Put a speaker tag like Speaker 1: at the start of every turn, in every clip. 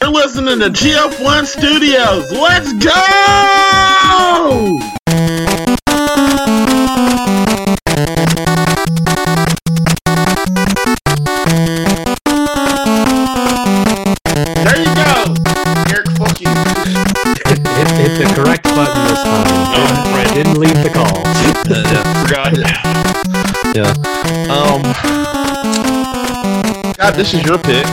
Speaker 1: You're listening to GF1 Studios. Let's go! There you go. Eric, fuck you.
Speaker 2: Hit, hit the correct button this time.
Speaker 3: Oh, right.
Speaker 2: Didn't leave the call.
Speaker 3: I forgot.
Speaker 4: Yeah. Um. God, this is your pick.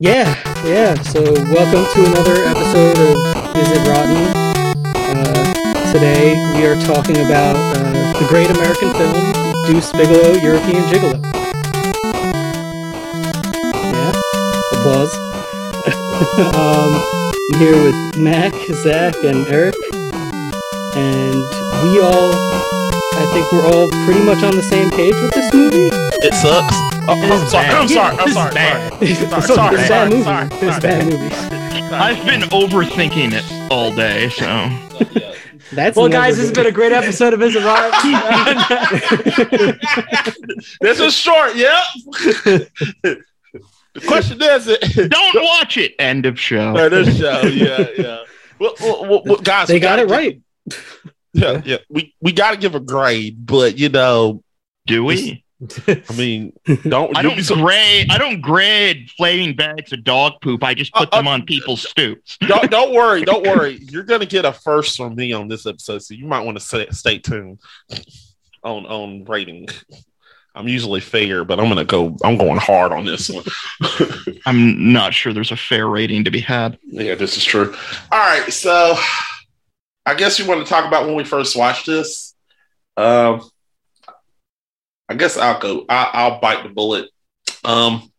Speaker 5: Yeah, yeah. So welcome to another episode of Is It Rotten? Uh, today we are talking about uh, the great American film Deuce Bigelow, European Gigolo. Yeah, applause. um, I'm here with Mac, Zach, and Eric, and we all, I think we're all pretty much on the same page with this movie.
Speaker 4: It sucks.
Speaker 3: Oh, I'm sorry. I'm sorry. I'm sorry. sorry.
Speaker 5: it's
Speaker 3: sorry,
Speaker 5: a
Speaker 3: sorry,
Speaker 5: bad movie.
Speaker 3: sorry,
Speaker 5: It's a bad movie.
Speaker 3: Sorry.
Speaker 6: I've been overthinking it all day, so
Speaker 5: That's
Speaker 7: Well,
Speaker 5: never
Speaker 7: guys, this has
Speaker 5: good.
Speaker 7: been a great episode of Visit Rob.
Speaker 4: This is short. Yeah.
Speaker 1: The question is, it,
Speaker 6: don't watch it. End of show.
Speaker 1: no,
Speaker 4: Uh,
Speaker 1: this show,
Speaker 4: Yeah. Yeah. Well, well, well, well, guys,
Speaker 5: they
Speaker 4: we
Speaker 5: got
Speaker 4: gotta
Speaker 5: it
Speaker 4: give-
Speaker 5: right.
Speaker 4: Yeah, yeah. We we gotta give a grade, but you know,
Speaker 6: Do we?
Speaker 4: I mean, don't.
Speaker 6: I
Speaker 4: you'll
Speaker 6: don't
Speaker 4: be so-
Speaker 6: grade. I don't grade flaming bags of dog poop. I just put
Speaker 4: Uh, uh,
Speaker 6: them on people's stoops.
Speaker 4: don't, don't worry, don't worry. You're gonna get a first from me on this episode, so you might want to stay, stay tuned on on rating. I'm usually fair, but I'm gonna go. I'm going hard on this one.
Speaker 6: I'm not sure there's a fair rating to be had.
Speaker 4: Yeah, this is true. All right, so I guess we want to talk about when we first watched this. Um, I guess I'll go. I, I'll bite the bullet. Um,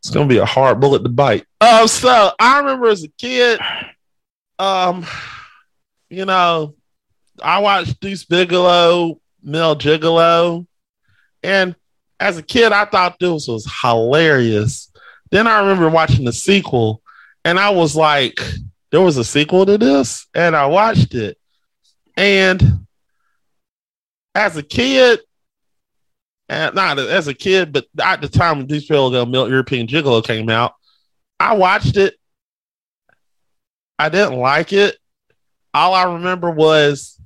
Speaker 4: it's gonna be a hard bullet to bite. Um, so I remember as a kid, um, you know, I watched Deuce Bigelow, Mel Gigolo, and as a kid, I thought this was hilarious. Then I remember watching the sequel, and I was like, there was a sequel to this, and I watched it. And as a kid, and not as a kid, but at the time Deuce Bigelow Mil- European Gigolo came out, I watched it. I didn't like it. All I remember was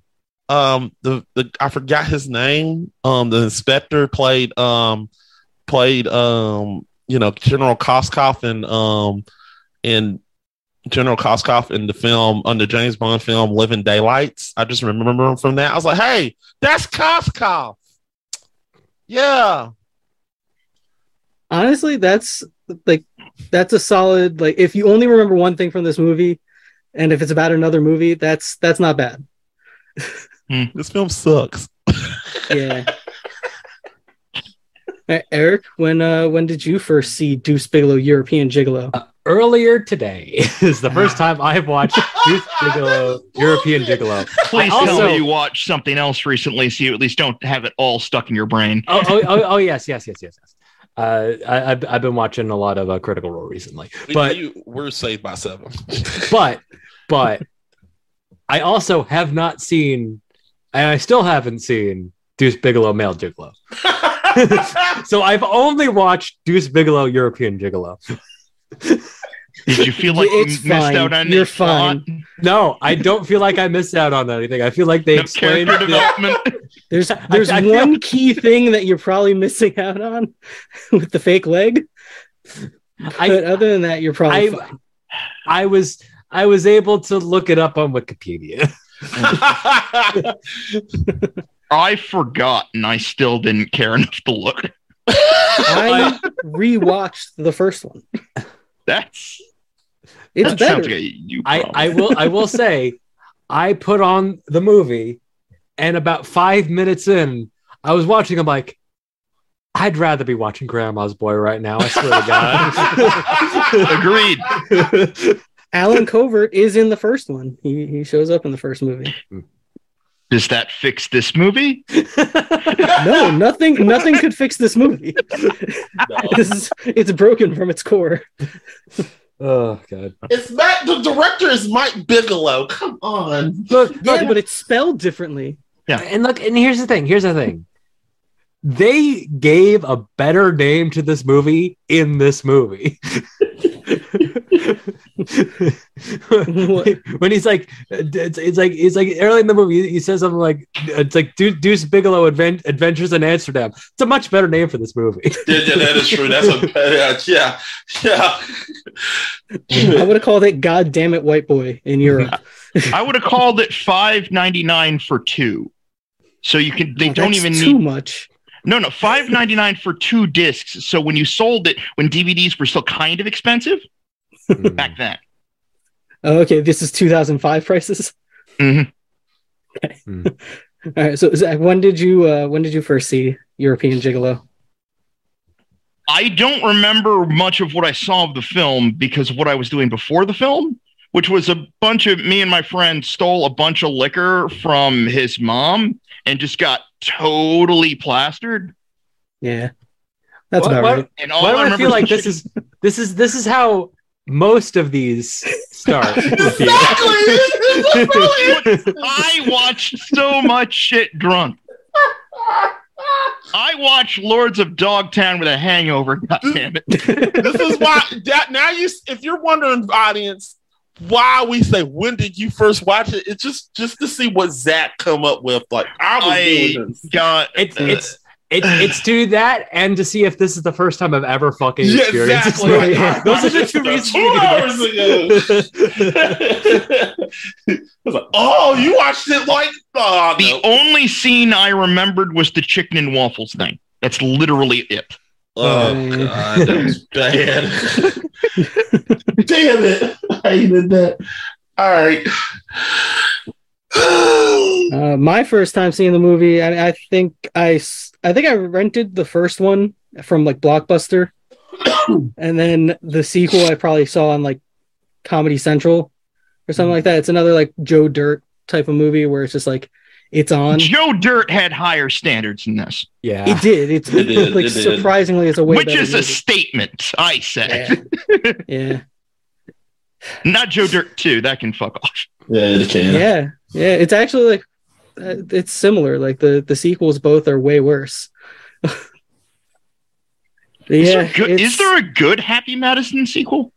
Speaker 4: um the, the I forgot his name. Um the inspector played um played um you know General Koskoff and um in General Koskoff in the film on the James Bond film Living Daylights. I just remember him from that. I was like, hey, that's Koskoff. Yeah.
Speaker 5: Honestly, that's like that's a solid like if you only remember one thing from this movie and if it's about another movie, that's that's not bad.
Speaker 4: This film sucks.
Speaker 5: Yeah. E- Eric, when uh when did you first see Deuce Bigelow European Gigolo?
Speaker 7: Uh, Earlier today is the first time I've watched Deuce Bigelow, European Gigolo.
Speaker 6: Please
Speaker 7: I also-
Speaker 6: tell me you watched something else recently, so you at least don't have it all stuck in your brain.
Speaker 7: Oh, oh, oh, oh yes, yes, yes, yes, yes. Uh, I, I've, I've been watching a lot of uh, Critical Role recently, but
Speaker 4: you, we're saved by seven.
Speaker 7: but but I also have not seen, and I still haven't seen Deuce Bigelow Male Gigolo. so I've only watched Deuce Bigelow European Gigolo.
Speaker 6: Did you feel like you
Speaker 5: It's
Speaker 6: missed
Speaker 5: fine.
Speaker 6: out on
Speaker 5: You're
Speaker 6: this plot?
Speaker 7: No, I don't feel like I missed out on anything. I feel like they
Speaker 6: No
Speaker 7: explained.
Speaker 6: character
Speaker 7: the-
Speaker 6: development.
Speaker 5: There's
Speaker 7: I-
Speaker 5: there's
Speaker 7: I feel-
Speaker 5: one key thing that you're probably missing out on with the fake leg. But
Speaker 7: I,
Speaker 5: other than that, you're probably
Speaker 7: I,
Speaker 5: fine.
Speaker 7: I was I was able to look it up on Wikipedia.
Speaker 6: I forgot, and I still didn't care enough to look.
Speaker 5: I rewatched the first one.
Speaker 6: That's
Speaker 5: It's
Speaker 6: that
Speaker 5: better.
Speaker 6: sounds like a you
Speaker 7: I,
Speaker 6: problem.
Speaker 7: I will I will say I put on the movie and about five minutes in, I was watching, I'm like, I'd rather be watching Grandma's Boy right now. I swear to God.
Speaker 6: Agreed.
Speaker 5: Alan Covert is in the first one. He, he shows up in the first movie.
Speaker 6: Does that fix this movie?
Speaker 5: No, nothing nothing could fix this movie. This is, it's broken from its core.
Speaker 7: oh God.
Speaker 4: it's Matt. The director is Mike Bigelow. Come on.
Speaker 7: Look,
Speaker 5: Yeah, but it's spelled differently.
Speaker 7: and look, and here's the thing. Here's the thing. They gave a better name to this movie in this movie. when he's like, it's, it's like it's like early in the movie, he says something like, "It's like Deu- Deuce Bigelow Advent- Adventures in Amsterdam." It's a much better name for this movie.
Speaker 4: Yeah, yeah, that is true. That's a yeah, yeah.
Speaker 5: I would have called it "God damn it, white boy"
Speaker 6: Mm-hmm.
Speaker 5: in Europe.
Speaker 6: I would have called it five ninety nine for two. So you can they
Speaker 5: Oh,
Speaker 6: don't
Speaker 5: that's
Speaker 6: even
Speaker 5: too
Speaker 6: need
Speaker 5: much.
Speaker 6: no no five ninety nine for two discs. So when you sold it when DVDs were still kind of expensive back
Speaker 7: Mm.
Speaker 6: then.
Speaker 5: Oh, okay, this is 2005 prices.
Speaker 6: Mhm.
Speaker 5: Okay.
Speaker 7: Mm.
Speaker 5: All right. So Zach, when did you uh, when did you first see European Gigolo?
Speaker 6: I don't remember much of what I saw of the film because of what I was doing before the film, which was a bunch of me and my friend stole a bunch of liquor from his mom and just got totally plastered.
Speaker 5: Yeah, that's
Speaker 7: What-
Speaker 5: about
Speaker 7: what-
Speaker 5: right.
Speaker 6: And all
Speaker 7: Why do
Speaker 6: I
Speaker 7: I,
Speaker 6: remember
Speaker 7: feel
Speaker 6: was
Speaker 7: like
Speaker 6: the
Speaker 7: this is this is this is how most of these start? with you.
Speaker 6: chicken- I watched so much shit drunk. I watched Lords of Dogtown with a hangover. God damn it!
Speaker 4: this is why that now you if you're wondering audience why we say when did you first watch it it's just just to see what zach come up with like i was
Speaker 6: I-
Speaker 4: doing this
Speaker 6: God,
Speaker 7: It's
Speaker 4: Uh,
Speaker 7: it's. It, it's to do that and to see if this is the first time I've ever fucking
Speaker 4: Yeah,
Speaker 7: experienced this
Speaker 4: exactly.
Speaker 7: movie.
Speaker 4: Like,
Speaker 7: Those are
Speaker 4: I
Speaker 7: the
Speaker 4: watched
Speaker 7: two
Speaker 4: this
Speaker 7: reasons.
Speaker 4: two
Speaker 7: you do
Speaker 4: hours
Speaker 7: this.
Speaker 4: I was like, oh, you watched it like oh,
Speaker 6: the
Speaker 4: no.
Speaker 6: only scene I remembered was the chicken and waffles thing. That's literally it.
Speaker 4: oh god, that was bad. Damn it, I hated that. All right.
Speaker 5: Uh, my first time seeing the movie, I, I think I, s- I think I rented the first one from like Blockbuster, and then the sequel I probably saw on like Comedy Central or something
Speaker 6: Mm-hmm.
Speaker 5: like that. It's another like Joe Dirt type of movie where it's just like it's on.
Speaker 6: Joe Dirt had higher standards than this,
Speaker 7: Yeah.
Speaker 5: It did. It's
Speaker 4: It did,
Speaker 5: like
Speaker 4: it did.
Speaker 5: surprisingly, it's a way
Speaker 6: which
Speaker 5: better
Speaker 6: is a
Speaker 5: movie.
Speaker 6: statement, I say.
Speaker 5: yeah. yeah,
Speaker 6: Not Joe Dirt 2. That can fuck off.
Speaker 4: Yeah, it can.
Speaker 5: yeah, yeah. It's actually like uh, it's similar. Like the the sequels both are way worse. yeah,
Speaker 6: Is, there good,
Speaker 5: it's-
Speaker 6: is there a good Happy Madison sequel?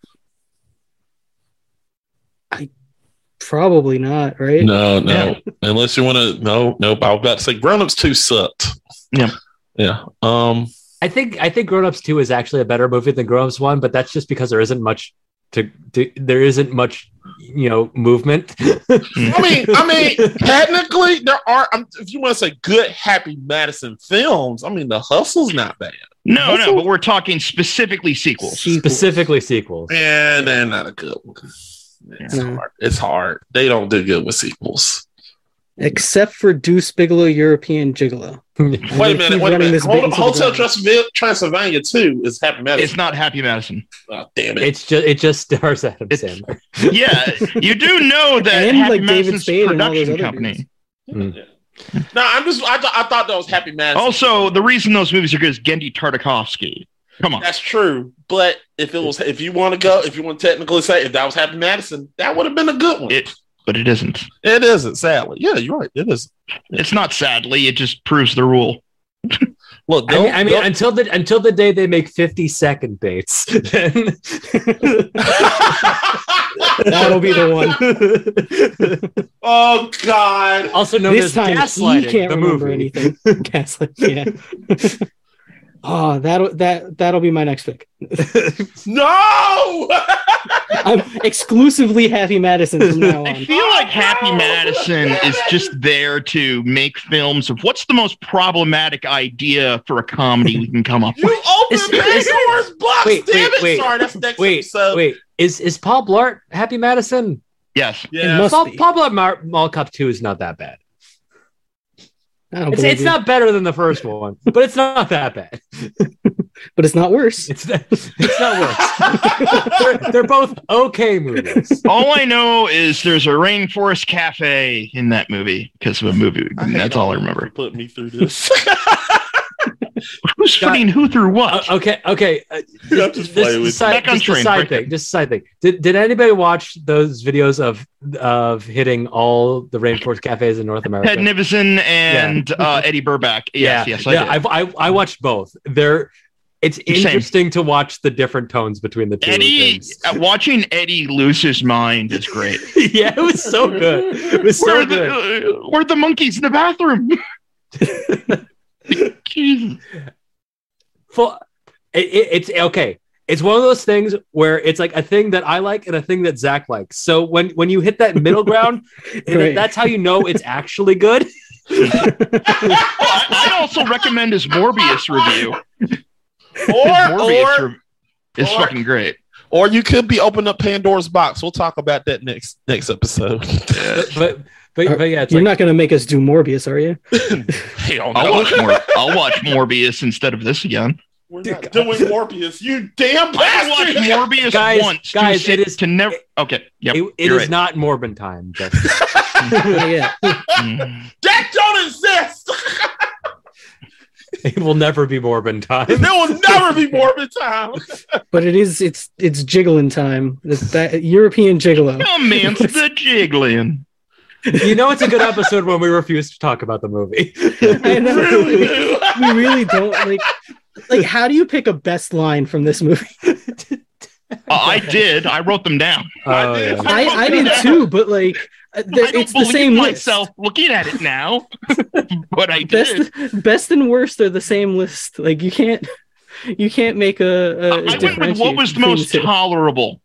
Speaker 5: probably not right?
Speaker 4: No, no. Unless you want to, no, nope. I was about to say, Grown Ups Two sucked.
Speaker 6: Yeah.
Speaker 4: yeah. Um,
Speaker 7: I think I think Grown Ups Two is actually a better movie than Grown Ups One, but that's just because there isn't much to, to there isn't much you know movement.
Speaker 4: I mean, I mean, technically there are. Um, if you want to say good, happy Madison films, I mean, The Hustle's not bad.
Speaker 6: No,
Speaker 4: Also-
Speaker 6: no, but we're talking specifically sequels.
Speaker 7: Specifically sequels.
Speaker 4: Yeah, they're not a good one. It's
Speaker 5: No.
Speaker 4: hard. It's hard. They don't do good with sequels.
Speaker 5: except for Deuce Bigelow European Gigolo.
Speaker 4: Wait
Speaker 7: Wait
Speaker 5: They
Speaker 4: a minute.
Speaker 5: keep
Speaker 4: Wait a
Speaker 5: running
Speaker 4: minute.
Speaker 5: this
Speaker 4: Hold,
Speaker 5: bait to the
Speaker 4: Hotel
Speaker 5: ground.
Speaker 4: Transylvania, Transylvania Two is Happy Madison.
Speaker 6: It's not Happy Madison.
Speaker 4: Oh, damn it.
Speaker 7: It's just it just stars Adam
Speaker 6: It's-
Speaker 7: Sandler.
Speaker 6: Yeah, you do know that
Speaker 5: And,
Speaker 6: Happy
Speaker 5: like, David
Speaker 6: Madison's
Speaker 5: Spade and all those
Speaker 6: production
Speaker 5: other
Speaker 6: company.
Speaker 5: dudes.
Speaker 4: no, I'm just. I, th- I thought that was Happy Madison.
Speaker 6: Also, the reason those movies are good is Gendy Tartakovsky. Come on.
Speaker 4: That's true, but if it was, if you want to go, if you want to technically say if that was Happy Madison, that would have been a good one.
Speaker 6: It, but it isn't.
Speaker 4: it isn't, sadly. Yeah, you're right. It is.
Speaker 6: It's not sadly, it just proves the rule.
Speaker 4: Look,
Speaker 7: I mean, I mean
Speaker 4: don't-
Speaker 7: until the until the day they make fifty second dates, then that'll be the one.
Speaker 4: oh God!
Speaker 7: also known
Speaker 5: this
Speaker 7: as
Speaker 5: time
Speaker 7: gaslighting.
Speaker 5: he can't
Speaker 7: the
Speaker 5: remember
Speaker 7: movie.
Speaker 5: anything. Gaslight, yeah. oh, that that that'll be my next pick.
Speaker 4: No!
Speaker 5: I'm exclusively Happy Madison from now
Speaker 6: I
Speaker 5: on.
Speaker 6: feel like Happy
Speaker 4: no!
Speaker 6: Madison is just there to make films of what's the most problematic idea for a comedy we can come up
Speaker 4: you
Speaker 6: with.
Speaker 7: It's-
Speaker 4: opened
Speaker 7: it's-
Speaker 4: Pandora's box.
Speaker 7: wait,
Speaker 4: Damn
Speaker 7: wait,
Speaker 4: it!
Speaker 7: wait.
Speaker 4: Sorry, that's next
Speaker 7: Wait,
Speaker 4: episode.
Speaker 7: wait, is is Paul Blart Happy Madison?
Speaker 6: Yes.
Speaker 5: It
Speaker 4: Yeah.
Speaker 5: must
Speaker 7: Paul,
Speaker 5: be.
Speaker 7: Paul Blart Mar- Mall Cop Two is not that bad.
Speaker 5: I don't
Speaker 7: It's,
Speaker 5: believe
Speaker 7: it's
Speaker 5: you.
Speaker 7: not better than the first one, but it's not that bad.
Speaker 5: but it's not worse.
Speaker 7: It's it's not worse. they're, they're both okay movies.
Speaker 6: All I know is there's a rainforest cafe in that movie because of a movie.
Speaker 4: I hate
Speaker 6: That's all I
Speaker 4: you
Speaker 6: remember.
Speaker 4: Put me through this.
Speaker 6: Who's fighting who through what?
Speaker 7: O- Uh, okay, okay. uh,
Speaker 4: I'm
Speaker 7: This,
Speaker 4: just playing
Speaker 7: this
Speaker 4: with
Speaker 7: side,
Speaker 6: Back on
Speaker 7: just a
Speaker 6: train,
Speaker 7: side
Speaker 6: break
Speaker 7: thing.
Speaker 6: it.
Speaker 7: Just a side thing. Did, did anybody watch those videos of of hitting all the rainforest cafes in North America?
Speaker 6: Ted Nivison and uh, Eddie Burback. Yes, yes, I
Speaker 7: yeah.
Speaker 6: did.
Speaker 7: I've, I I watched both. They're It's interesting to watch the different tones between the two.
Speaker 6: Eddie,
Speaker 7: things.
Speaker 6: uh, watching Eddie lose his mind is great.
Speaker 7: yeah, it was so good. It was
Speaker 6: where,
Speaker 7: so
Speaker 6: are the,
Speaker 7: good.
Speaker 6: uh, where are the monkeys in the bathroom? Jesus.
Speaker 7: Full, it, it- it's okay. It's one of those things where it's like a thing that I like and a thing that Zach likes. So when when you hit that middle ground,
Speaker 5: Great.
Speaker 7: that's how you know it's actually good.
Speaker 6: I- I'd also recommend his Morbius review. His
Speaker 4: Or
Speaker 6: Morbius
Speaker 4: or
Speaker 6: re- is
Speaker 4: or-
Speaker 6: fucking great.
Speaker 4: or you could be opening up Pandora's box. We'll talk about that next next episode.
Speaker 7: But but, but, but yeah, it's
Speaker 5: You're
Speaker 7: like,
Speaker 5: not going to make us do Morbius, are you?
Speaker 4: Hell
Speaker 6: I'll
Speaker 4: no.
Speaker 6: watch more. I'll watch Morbius instead of this again.
Speaker 4: We're not doing Morbius. You damn
Speaker 6: I watched
Speaker 4: bastard.
Speaker 6: Morbius
Speaker 7: Guys,
Speaker 6: once.
Speaker 7: guys,
Speaker 6: to,
Speaker 7: it is-
Speaker 6: to never. Okay. Yep.
Speaker 7: it, it
Speaker 6: you're
Speaker 7: is
Speaker 6: right.
Speaker 7: not Morbin time. Justin.
Speaker 5: Oh, yeah.
Speaker 6: Mm.
Speaker 4: That don't exist.
Speaker 7: it will never be Morbin
Speaker 4: there
Speaker 7: time.
Speaker 4: will never be Morbid time.
Speaker 5: But it is. It's it's jiggling time. It's that European gigolo.
Speaker 6: Come man's the jiggling.
Speaker 7: you know, it's a good episode when we refuse to talk about the movie.
Speaker 5: I know.
Speaker 4: Really do.
Speaker 5: we really don't like. Like, how do you pick a best line from this movie?
Speaker 6: Uh, I did. I wrote them down.
Speaker 7: Oh,
Speaker 4: did.
Speaker 7: yeah.
Speaker 5: I, I did too, but like, uh, th-
Speaker 6: I don't
Speaker 5: it's the
Speaker 6: believe
Speaker 5: same list.
Speaker 6: myself looking at it now, but I did.
Speaker 5: Best, best and worst are the same list. Like, you can't, you can't make a.
Speaker 6: I
Speaker 5: a
Speaker 6: I went with what was the most
Speaker 5: differentiate uh, between two.
Speaker 6: tolerable.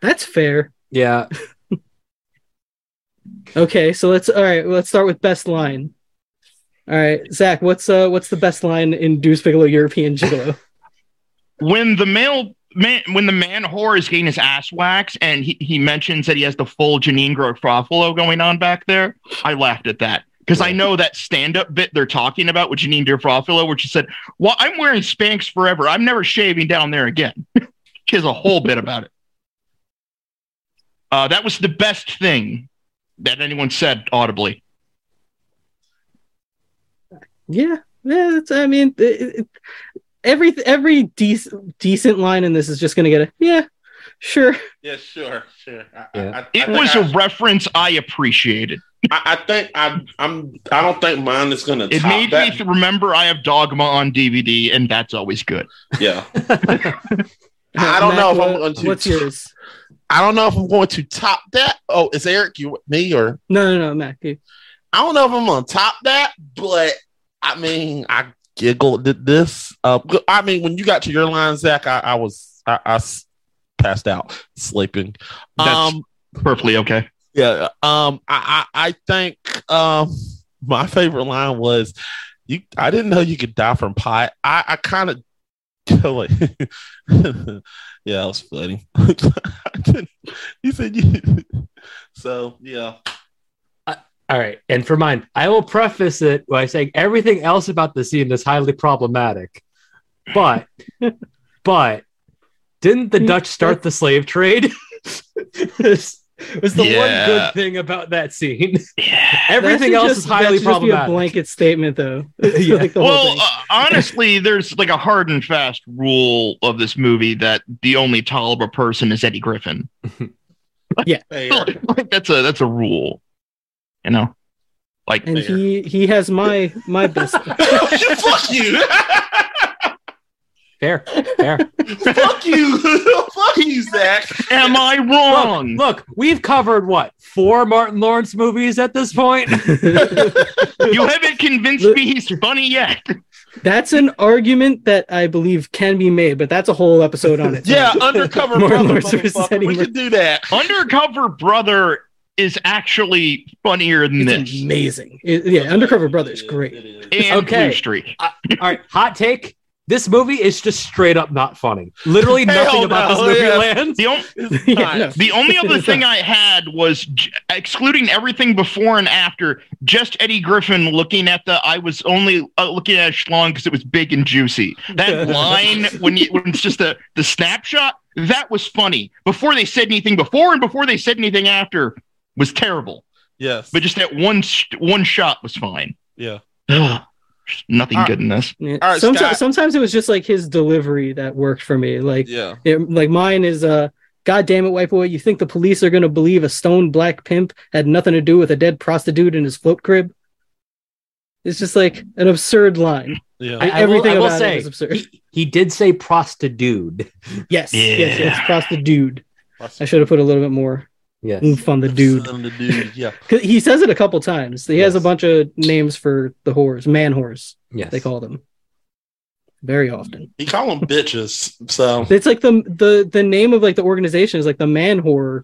Speaker 5: That's fair.
Speaker 7: yeah.
Speaker 5: Okay, so let's all right. Let's start with best line. All right, Zach, what's uh what's the best line in Deuce Bigelow European Gigolo?
Speaker 6: When the male man, when the man whore is getting his ass waxed, and he, he mentions that he has the full Janine Garofalo going on back there, I laughed at that. Because I know that stand-up bit they're talking about with Janine Garofalo, where she said, "Well, I'm wearing Spanx forever. I'm never shaving down there again." she has a whole bit about it. Uh, that was the best thing that anyone said audibly.
Speaker 5: Yeah, yeah. That's, I mean, it, it- every every dec- decent line in this is just gonna get a yeah, sure.
Speaker 4: Yeah, sure, sure. I,
Speaker 7: Yeah.
Speaker 4: I, I,
Speaker 6: It
Speaker 4: I
Speaker 6: was a
Speaker 4: think
Speaker 6: reference I appreciated.
Speaker 4: I, I think I, I'm. I don't think mine is gonna.
Speaker 6: It
Speaker 4: top
Speaker 6: made
Speaker 4: that.
Speaker 6: me th- remember I have Dogma on DVD, and that's always good.
Speaker 4: yeah. I don't know if I'm
Speaker 5: what-
Speaker 4: going to-
Speaker 5: What's yours?
Speaker 4: I don't know if I'm going to top that. Oh, is Eric you me or
Speaker 5: No, no, no, Mac. you-
Speaker 4: I don't know if I'm gonna top that, but I mean, I giggled at this. Uh, I mean, when you got to your line, Zach, I, I was I, I s- passed out sleeping.
Speaker 6: That's-
Speaker 4: um,
Speaker 6: Perfectly okay.
Speaker 4: yeah. Um, I, I I think um my favorite line was you. I didn't know you could die from pie. I I kind of. Like, yeah, that was funny. he said, "You." So yeah,
Speaker 7: All right. And for mine, I will preface it by saying everything else about the scene is highly problematic. But, but didn't the Dutch start the slave trade? this was the
Speaker 6: Yeah.
Speaker 7: one good thing about that scene.
Speaker 5: That
Speaker 6: Yeah.
Speaker 5: should
Speaker 7: Everything else
Speaker 5: just-
Speaker 7: is highly
Speaker 5: that should just be a
Speaker 7: problematic.
Speaker 5: blanket statement, though.
Speaker 7: Yeah.
Speaker 5: Like the whole
Speaker 6: Well,
Speaker 5: thing.
Speaker 6: uh, honestly, there's like a hard and fast rule of this movie that the only tolerable person is Eddie Griffin.
Speaker 4: Fair.
Speaker 6: like that's a that's a rule, you know. Like
Speaker 5: and
Speaker 4: there.
Speaker 5: he he has my my best.
Speaker 4: Fuck you.
Speaker 7: Fair, fair.
Speaker 4: Fuck you. Fuck you, Zach.
Speaker 6: am I
Speaker 7: Look,
Speaker 6: wrong?
Speaker 7: look, we've covered what four Martin Lawrence movies at this point.
Speaker 6: you haven't convinced
Speaker 5: Look-
Speaker 6: me he's funny yet.
Speaker 5: That's an argument that I believe can be made, but that's a whole episode on it.
Speaker 4: Yeah, undercover
Speaker 5: More
Speaker 4: brother.
Speaker 5: Lords versus
Speaker 4: motherfucker. We
Speaker 5: Eddie
Speaker 4: could do that.
Speaker 6: Undercover brother is actually funnier than
Speaker 5: it's
Speaker 6: this.
Speaker 5: amazing. It- yeah, Undercover Brothers,
Speaker 4: It
Speaker 5: great.
Speaker 4: is.
Speaker 6: And
Speaker 7: Okay.
Speaker 6: Blue Streak.
Speaker 7: All right, hot take. This movie is just straight up not funny. Literally
Speaker 4: Hell
Speaker 7: nothing about
Speaker 4: no,
Speaker 7: this movie
Speaker 4: yeah.
Speaker 7: lands.
Speaker 6: The only
Speaker 4: It's
Speaker 5: Yeah,
Speaker 4: not.
Speaker 5: no.
Speaker 6: The only other thing I had was j- excluding everything before and after, just Eddie Griffin looking at the. I was only uh, looking at a schlong because it was big and juicy. That line when you when it's just the the snapshot that was funny. Before they said anything before and before they said anything after was terrible.
Speaker 4: Yes.
Speaker 6: But just that one sh- one shot was fine.
Speaker 4: yeah.
Speaker 6: Ugh, There's nothing
Speaker 4: Uh,
Speaker 6: good in this.
Speaker 5: Yeah.
Speaker 4: All right,
Speaker 5: Someti-
Speaker 4: Scott.
Speaker 5: sometimes it was just like his delivery that worked for me. Like,
Speaker 4: Yeah.
Speaker 5: it, like mine is uh, God damn it, white boy! You think the police are gonna believe a stone black pimp had nothing to do with a dead prostitute in his float crib? It's just like an absurd line.
Speaker 3: Yeah.
Speaker 7: I, I
Speaker 5: Everything
Speaker 7: will, I will
Speaker 5: about it
Speaker 7: say
Speaker 5: is absurd.
Speaker 7: he, he did say prostitude.
Speaker 5: Yes, yes, yes.
Speaker 3: Yeah.
Speaker 5: Cross the dude. I should have put a little bit more
Speaker 7: Yes.
Speaker 5: oomph on the dude.
Speaker 3: The dude. Yeah.
Speaker 5: 'Cause He says it a couple times. He has a
Speaker 7: Yes.
Speaker 5: bunch of names for the whores, man whores.
Speaker 7: Yes.
Speaker 5: They call them very often.
Speaker 4: He call them bitches. So
Speaker 5: It's like the the the name of like the organization is like the man whore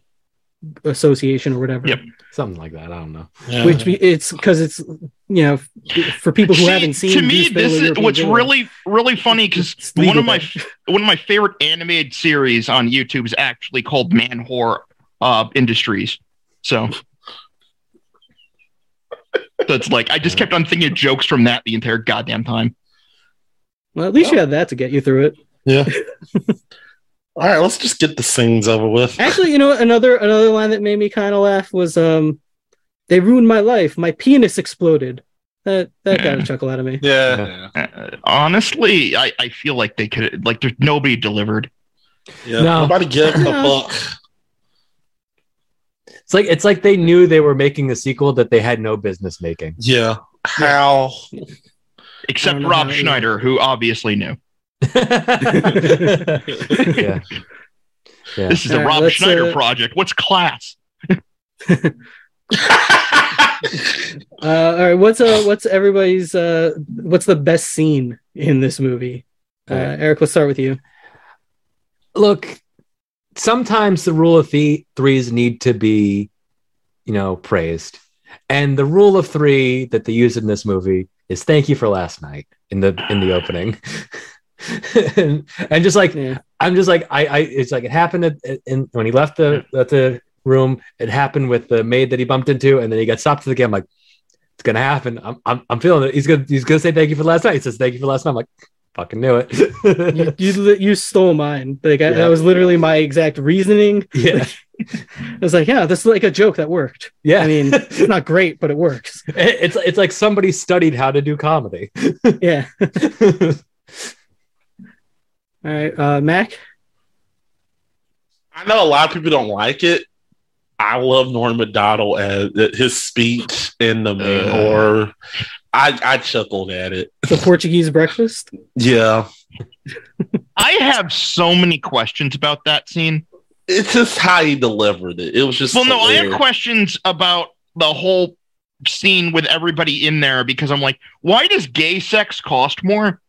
Speaker 5: association or whatever.
Speaker 6: Yep.
Speaker 7: something like that. I don't know.
Speaker 4: yeah.
Speaker 5: Which be- it's because it's you know f- for people who
Speaker 6: See,
Speaker 5: haven't seen.
Speaker 6: to me,
Speaker 5: Beast Bella
Speaker 6: this is
Speaker 5: European
Speaker 6: what's
Speaker 5: Gorilla,
Speaker 6: really really funny because
Speaker 5: it's
Speaker 6: one
Speaker 5: legal
Speaker 6: of my
Speaker 5: there.
Speaker 6: one of my favorite animated series on YouTube is actually called Man Whore uh, Industries. So that's like I just kept on thinking of jokes from that the entire goddamn time.
Speaker 5: Well, at least
Speaker 6: Oh.
Speaker 5: you had that to get you through it.
Speaker 4: all right, let's just get the things over with.
Speaker 5: Actually, you know what? another another line that made me kind of laugh was um, they ruined my life. My penis exploded. That that got a chuckle out of me.
Speaker 4: Yeah.
Speaker 6: Uh, honestly, I, I feel like they could like there's nobody delivered.
Speaker 4: Yeah.
Speaker 7: No.
Speaker 4: Nobody give a fuck.
Speaker 7: It's like it's like they knew they were making a sequel that they had no business making.
Speaker 4: Yeah. How?
Speaker 5: I
Speaker 6: Except
Speaker 5: don't know
Speaker 6: Rob
Speaker 5: how it is.
Speaker 6: Schneider, who obviously knew.
Speaker 7: yeah. yeah.
Speaker 6: This is
Speaker 5: All
Speaker 6: a
Speaker 5: right,
Speaker 6: Rob
Speaker 5: let's,
Speaker 6: Schneider
Speaker 5: uh,
Speaker 6: project. What's class?
Speaker 5: Uh, all right, what's uh what's everybody's uh what's the best scene in this movie? Uh,
Speaker 7: All right.
Speaker 5: Eric, let's start with you.
Speaker 7: Look, sometimes the rule of the threes need to be, you know, praised. And the rule of three that they use in this movie is thank you for last night in the in the opening. and, and just like
Speaker 5: Yeah.
Speaker 7: I'm just like I, I it's like it happened at, at- in, when he left the at the room. It happened with the maid that he bumped into, and then he got stopped again. I'm like, it's gonna happen. I'm, I'm I'm feeling it. He's gonna he's gonna say thank you for last night. He says thank you for last night. I'm like, fucking knew
Speaker 5: You,
Speaker 7: it.
Speaker 5: you li- you stole mine. Like I,
Speaker 7: Yeah.
Speaker 5: that was literally my exact reasoning.
Speaker 7: yeah,
Speaker 5: I was like, yeah, this is like a joke that worked.
Speaker 7: yeah.
Speaker 5: I mean,
Speaker 7: It-
Speaker 5: it's not great, but it works.
Speaker 7: it's it's like somebody studied how to do comedy.
Speaker 5: Yeah. All right, uh, Mac.
Speaker 4: I know a lot of people don't like it. I love Norm Macdonald as his speech in the main
Speaker 6: Uh.
Speaker 4: or I, I chuckled at it.
Speaker 5: The Portuguese breakfast.
Speaker 4: Yeah.
Speaker 6: I have so many questions about that scene.
Speaker 4: It's just how he delivered it. It was just
Speaker 6: Well, no, I have
Speaker 4: hilarious.
Speaker 6: questions about the whole scene with everybody in there because I'm like, why does gay sex cost more?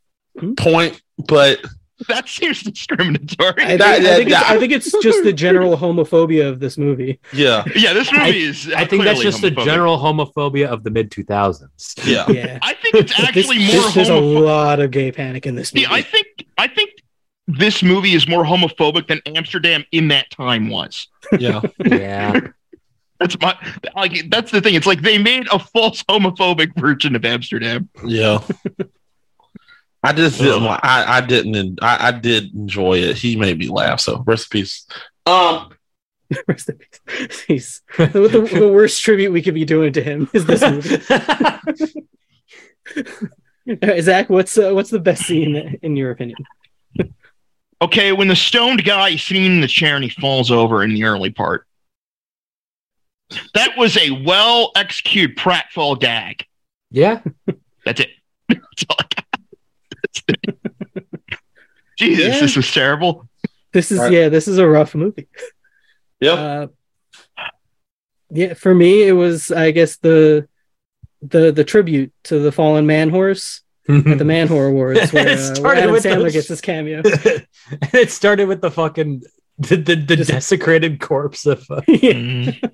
Speaker 4: point, but
Speaker 6: That seems discriminatory.
Speaker 5: I, thi-
Speaker 4: That-
Speaker 5: I think
Speaker 4: that-
Speaker 5: it's, I think it's just the general homophobia of this movie.
Speaker 4: yeah,
Speaker 6: yeah, this movie is.
Speaker 7: I think that's
Speaker 6: clearly
Speaker 7: just
Speaker 6: homophobic.
Speaker 7: the general homophobia of the mid 2000s.
Speaker 4: yeah.
Speaker 5: Yeah,
Speaker 6: I think it's actually
Speaker 5: This-
Speaker 6: more
Speaker 5: this- There's a
Speaker 6: homophobic.
Speaker 5: lot of gay panic in this movie.
Speaker 6: See, I think I think this movie is more homophobic than Amsterdam in that time was.
Speaker 4: Yeah.
Speaker 7: yeah.
Speaker 6: That's my like. That's the thing. It's like they made a false homophobic version of Amsterdam.
Speaker 4: Yeah. I just didn't. li- I I didn't. en- I, I did enjoy it. He made me laugh. So rest in peace. Um.
Speaker 5: Rest in peace. He's- the, the- the worst tribute we could be doing to him is this movie. All right, Zach, what's uh, what's the best scene in your opinion?
Speaker 6: Okay, when the stoned guy is sitting in the chair and he falls over in the early part. That was a well executed pratfall gag.
Speaker 7: yeah.
Speaker 6: That's it. That's all I got. Jesus,
Speaker 5: Yeah.
Speaker 6: this was terrible.
Speaker 5: This is
Speaker 4: Right.
Speaker 5: yeah, this is a rough movie.
Speaker 4: Yep.
Speaker 5: Uh, yeah, for me it was I guess the the the tribute to the fallen man horse at the Man Whore Awards where,
Speaker 7: It
Speaker 5: uh, where
Speaker 7: started
Speaker 5: Adam
Speaker 7: with
Speaker 5: Sandler
Speaker 7: those-
Speaker 5: gets his cameo.
Speaker 7: it started with the fucking the, the, the
Speaker 5: Just-
Speaker 7: desecrated corpse of uh,
Speaker 5: Yeah,
Speaker 6: Mm.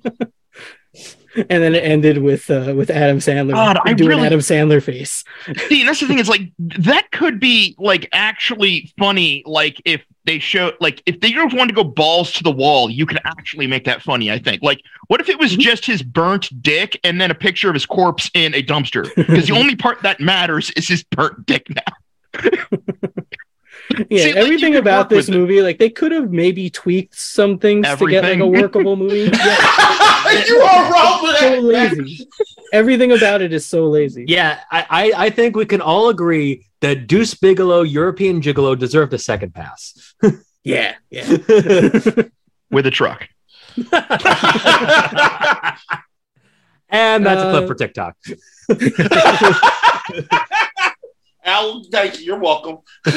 Speaker 5: and then it ended with uh, with Adam Sandler
Speaker 6: God, I
Speaker 5: doing
Speaker 6: really-
Speaker 5: Adam Sandler face.
Speaker 6: See, and that's the thing, is like that could be like actually funny, like if they show like if they don't want to go balls to the wall, you could actually make that funny, I think. Like, what if it was
Speaker 5: Mm-hmm.
Speaker 6: just his burnt dick and then a picture of his corpse in a dumpster? Because the only part that matters is his burnt dick now.
Speaker 5: Yeah,
Speaker 6: See, like, you
Speaker 5: everything
Speaker 6: could
Speaker 5: about
Speaker 6: work
Speaker 5: this
Speaker 6: with it.
Speaker 5: movie, like they could have maybe tweaked some things to get like a
Speaker 6: Everything.
Speaker 5: workable movie. Yeah,
Speaker 4: you are wrong with
Speaker 5: so
Speaker 4: that.
Speaker 5: lazy. Everything about it is so lazy.
Speaker 7: yeah I, I i think we can all agree that deuce bigelow european gigolo deserved a second pass
Speaker 5: Yeah, yeah.
Speaker 6: With a truck.
Speaker 7: and that's a
Speaker 5: Uh,
Speaker 7: clip for tiktok
Speaker 4: Al, thank you. You're welcome.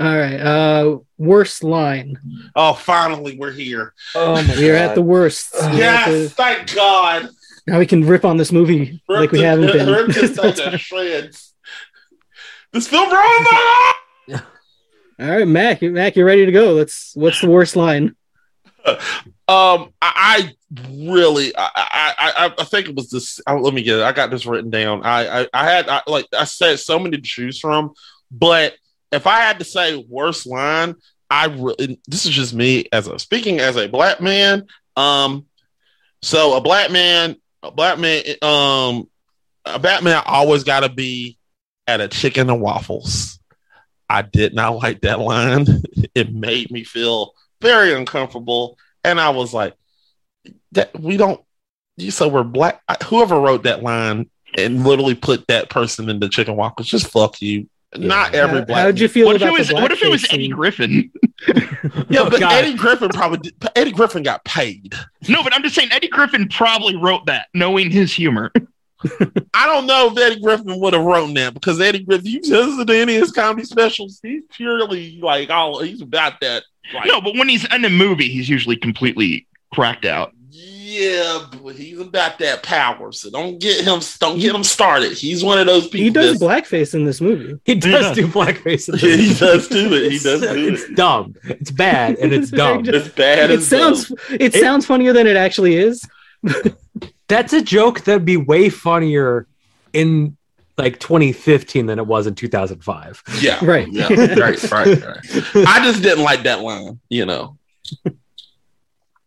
Speaker 5: All right. Uh, worst line.
Speaker 4: oh, finally, we're here.
Speaker 7: Oh my
Speaker 5: We are at the worst. We are at
Speaker 4: Yes,
Speaker 5: the-
Speaker 4: thank God.
Speaker 5: now we can rip on this movie
Speaker 4: Rip
Speaker 5: like we
Speaker 4: this-
Speaker 5: haven't been.
Speaker 4: Rip this thing to shreds. This film ruined my
Speaker 5: All right, Mac. Mac, you're ready to go. Let's. What's the worst line?
Speaker 4: life. Um, I, I really, I, I, I, I think it was this. oh, let me get it. I got this written down. I, I, I had I, like I said, so many to choose from, but if I had to say worst line, I really this is just me as a speaking as a black man. Um, so a black man, a black man, um, a Batman always got to be at a chicken and waffles. I did not like that line. It made me feel very uncomfortable, and I was like, "That we don't." You so we're black. I- Whoever wrote that line and literally put that person in the chicken waffles, just fuck you. Not
Speaker 7: Yeah.
Speaker 4: every
Speaker 5: How-
Speaker 4: black.
Speaker 5: How'd you
Speaker 4: man.
Speaker 5: feel
Speaker 6: What if
Speaker 5: about
Speaker 6: it was?
Speaker 5: the
Speaker 6: What if it was
Speaker 5: blackface
Speaker 6: Eddie
Speaker 5: scene?
Speaker 6: Griffin?
Speaker 4: Yeah,
Speaker 7: Oh,
Speaker 4: but
Speaker 7: God.
Speaker 4: Eddie Griffin probably did- Eddie Griffin got paid.
Speaker 6: No, but I'm just saying Eddie Griffin probably wrote that, knowing his humor.
Speaker 4: I don't know if Eddie Griffin would have wrote that because Eddie Griffin, you listen to any of his comedy specials, he's purely like all he's about that. Like,
Speaker 6: No, but when he's in a movie, he's usually completely cracked out.
Speaker 4: yeah, but he's about that power. So don't get him, don't get him started. He's one of those people.
Speaker 5: He does
Speaker 4: that's-
Speaker 5: blackface in this movie.
Speaker 7: He does
Speaker 6: Yeah.
Speaker 7: do blackface. In
Speaker 4: Yeah, he
Speaker 7: this.
Speaker 4: does do it. He does do
Speaker 7: It's
Speaker 4: it.
Speaker 7: dumb. It's bad and it's dumb.
Speaker 4: It's bad.
Speaker 5: It
Speaker 4: as
Speaker 6: uh,
Speaker 4: hell.
Speaker 5: sounds. It, sounds funnier than it actually is.
Speaker 7: That's a joke that'd be way funnier in like 2015 than it was in 2005.
Speaker 4: yeah,
Speaker 5: Right.
Speaker 4: yeah, right, right, right. I just didn't like that line. You know,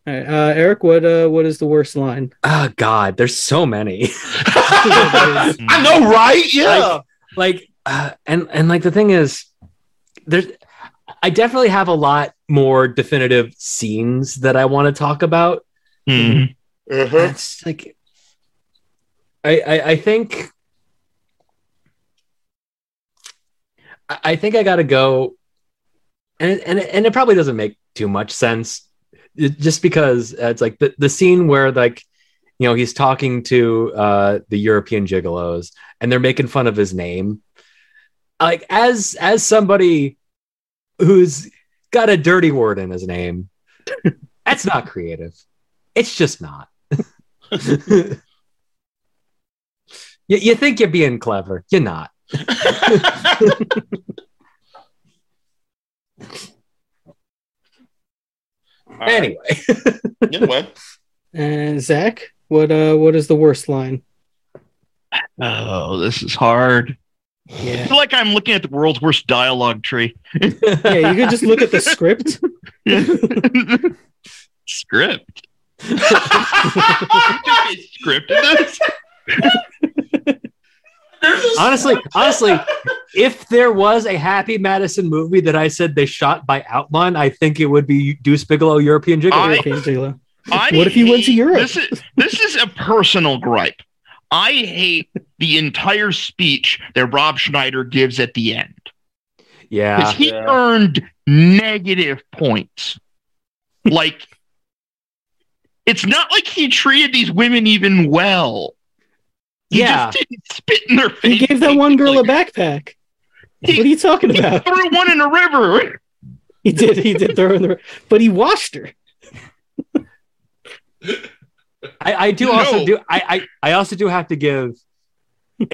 Speaker 5: All right, uh, Eric. What? Uh, what is the worst line?
Speaker 7: Oh God, there's so many.
Speaker 4: I know, right? Yeah.
Speaker 7: like uh, and and like the thing is there's i definitely have a lot more definitive scenes that i want to talk about
Speaker 6: Mhm.
Speaker 4: Uh-huh.
Speaker 7: it's like i i, I think I, I think i gotta go and and and it probably doesn't make too much sense it- just because uh, it's like the, the scene where like you know he's talking to uh the european gigolos and they're making fun of his name like as as somebody who's got a dirty word in his name that's not creative it's just not you, you think you're being clever you're not
Speaker 4: All right.
Speaker 7: anyway
Speaker 4: anyway.
Speaker 5: And Zach. What? Uh, what is the worst line?
Speaker 6: Oh, this is hard. I
Speaker 5: Yeah.
Speaker 6: feel like I'm looking at the world's worst dialogue tree.
Speaker 5: Yeah. You could just look at the script.
Speaker 6: Script. Script this.
Speaker 7: honestly, honestly, if there was a Happy Madison movie that I said they shot by outline, I think it would be Deuce Bigelow European Jiggle.
Speaker 6: I-
Speaker 5: European Gigolo.
Speaker 6: I
Speaker 5: What if he went to
Speaker 6: hate-
Speaker 5: Europe?
Speaker 6: This is this is a personal gripe. I hate the entire speech that Rob Schneider gives at the end because
Speaker 7: yeah,
Speaker 6: he
Speaker 4: Yeah.
Speaker 6: earned negative points. Like, it's not like he treated these women even well. He
Speaker 7: yeah.
Speaker 6: just didn't spit in their face.
Speaker 5: He gave that one girl a backpack.
Speaker 6: He-
Speaker 5: what are you talking
Speaker 6: He
Speaker 5: about?
Speaker 6: threw one in a river.
Speaker 5: He did. He did throw her in the. But he washed her.
Speaker 7: I, I do
Speaker 6: No.
Speaker 7: also do. I, I I also do have to give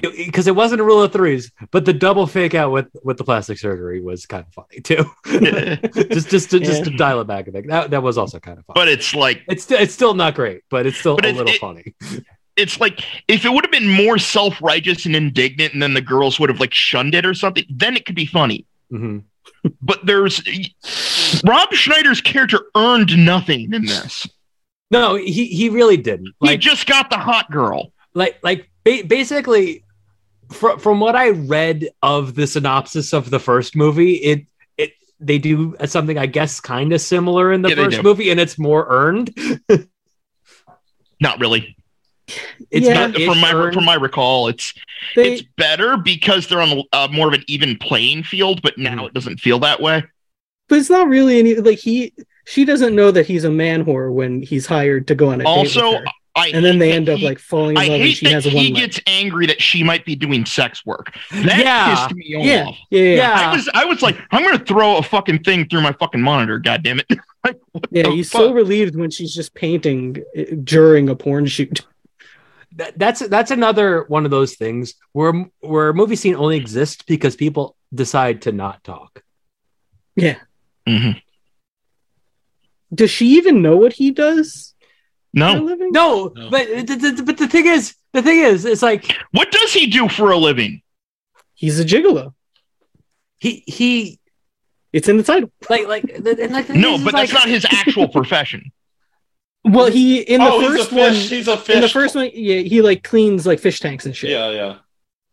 Speaker 7: because it, wasn't a rule of threes, but the double fake out with with the plastic surgery was kind of funny too. just just to, just to dial it back a bit. That that was also kind of funny.
Speaker 6: but it's like
Speaker 7: it's st- it's still not great, but it's still
Speaker 6: But
Speaker 7: a
Speaker 6: it's-
Speaker 7: little
Speaker 6: it-
Speaker 7: funny.
Speaker 6: it's like if it would have been more self-righteous and indignant and then the girls would have like shunned it or something then it could be funny
Speaker 7: Mhm.
Speaker 6: but there's rob schneider's character earned nothing in this
Speaker 7: No, he he really didn't.
Speaker 6: he
Speaker 7: Like
Speaker 6: just got the hot girl
Speaker 7: like like ba- basically from from what i read of the synopsis of the first movie it it they do something i guess kind of similar in the
Speaker 6: Yeah, they
Speaker 7: first
Speaker 6: do.
Speaker 7: movie and it's more earned
Speaker 6: not really
Speaker 7: it's
Speaker 5: Yeah.
Speaker 7: not
Speaker 6: from my
Speaker 7: earned.
Speaker 6: from my recall it's
Speaker 5: They,
Speaker 6: it's better because they're on uh, more of an even playing field but now it doesn't feel that way
Speaker 5: but it's not really any like he. She doesn't know that he's a man whore when he's hired to go on a date. with
Speaker 6: also
Speaker 5: her.
Speaker 6: I
Speaker 5: and then
Speaker 6: hate
Speaker 5: they
Speaker 6: that
Speaker 5: end up
Speaker 6: he-
Speaker 5: like falling in
Speaker 6: I
Speaker 5: love, and
Speaker 6: hate
Speaker 5: she
Speaker 6: that
Speaker 5: has a
Speaker 6: he
Speaker 5: one. leg.
Speaker 6: gets angry that she might be doing sex work. That
Speaker 7: Yeah.
Speaker 6: pissed me off.
Speaker 5: Yeah, yeah, yeah. yeah.
Speaker 6: I was I was like, I'm gonna throw a fucking thing through my fucking monitor, god damn it. like, what
Speaker 4: Oh,
Speaker 6: the
Speaker 5: he's
Speaker 6: fuck?
Speaker 5: so relieved when she's just painting uh, during a porn shoot.
Speaker 7: That- that's that's another one of those things where where a movie scene only exists because people decide to not talk.
Speaker 6: Mhm.
Speaker 5: Does she even know what he does for a
Speaker 6: No.
Speaker 5: living?
Speaker 7: No,
Speaker 3: No.
Speaker 7: but th- th- but the thing is, the thing is, it's like
Speaker 6: What does he do for a living?
Speaker 5: He's a gigolo.
Speaker 7: he he
Speaker 5: It's in the title.
Speaker 7: like like th- and like the thing
Speaker 6: No,
Speaker 7: is,
Speaker 6: but
Speaker 7: it's
Speaker 6: that's
Speaker 7: like,
Speaker 6: not his actual profession.
Speaker 5: Well, he in the
Speaker 4: oh, he's a
Speaker 5: first
Speaker 4: fish.
Speaker 5: one.
Speaker 4: he's a fish.
Speaker 5: In the first one, yeah, he like cleans like fish tanks and shit.
Speaker 4: yeah, yeah.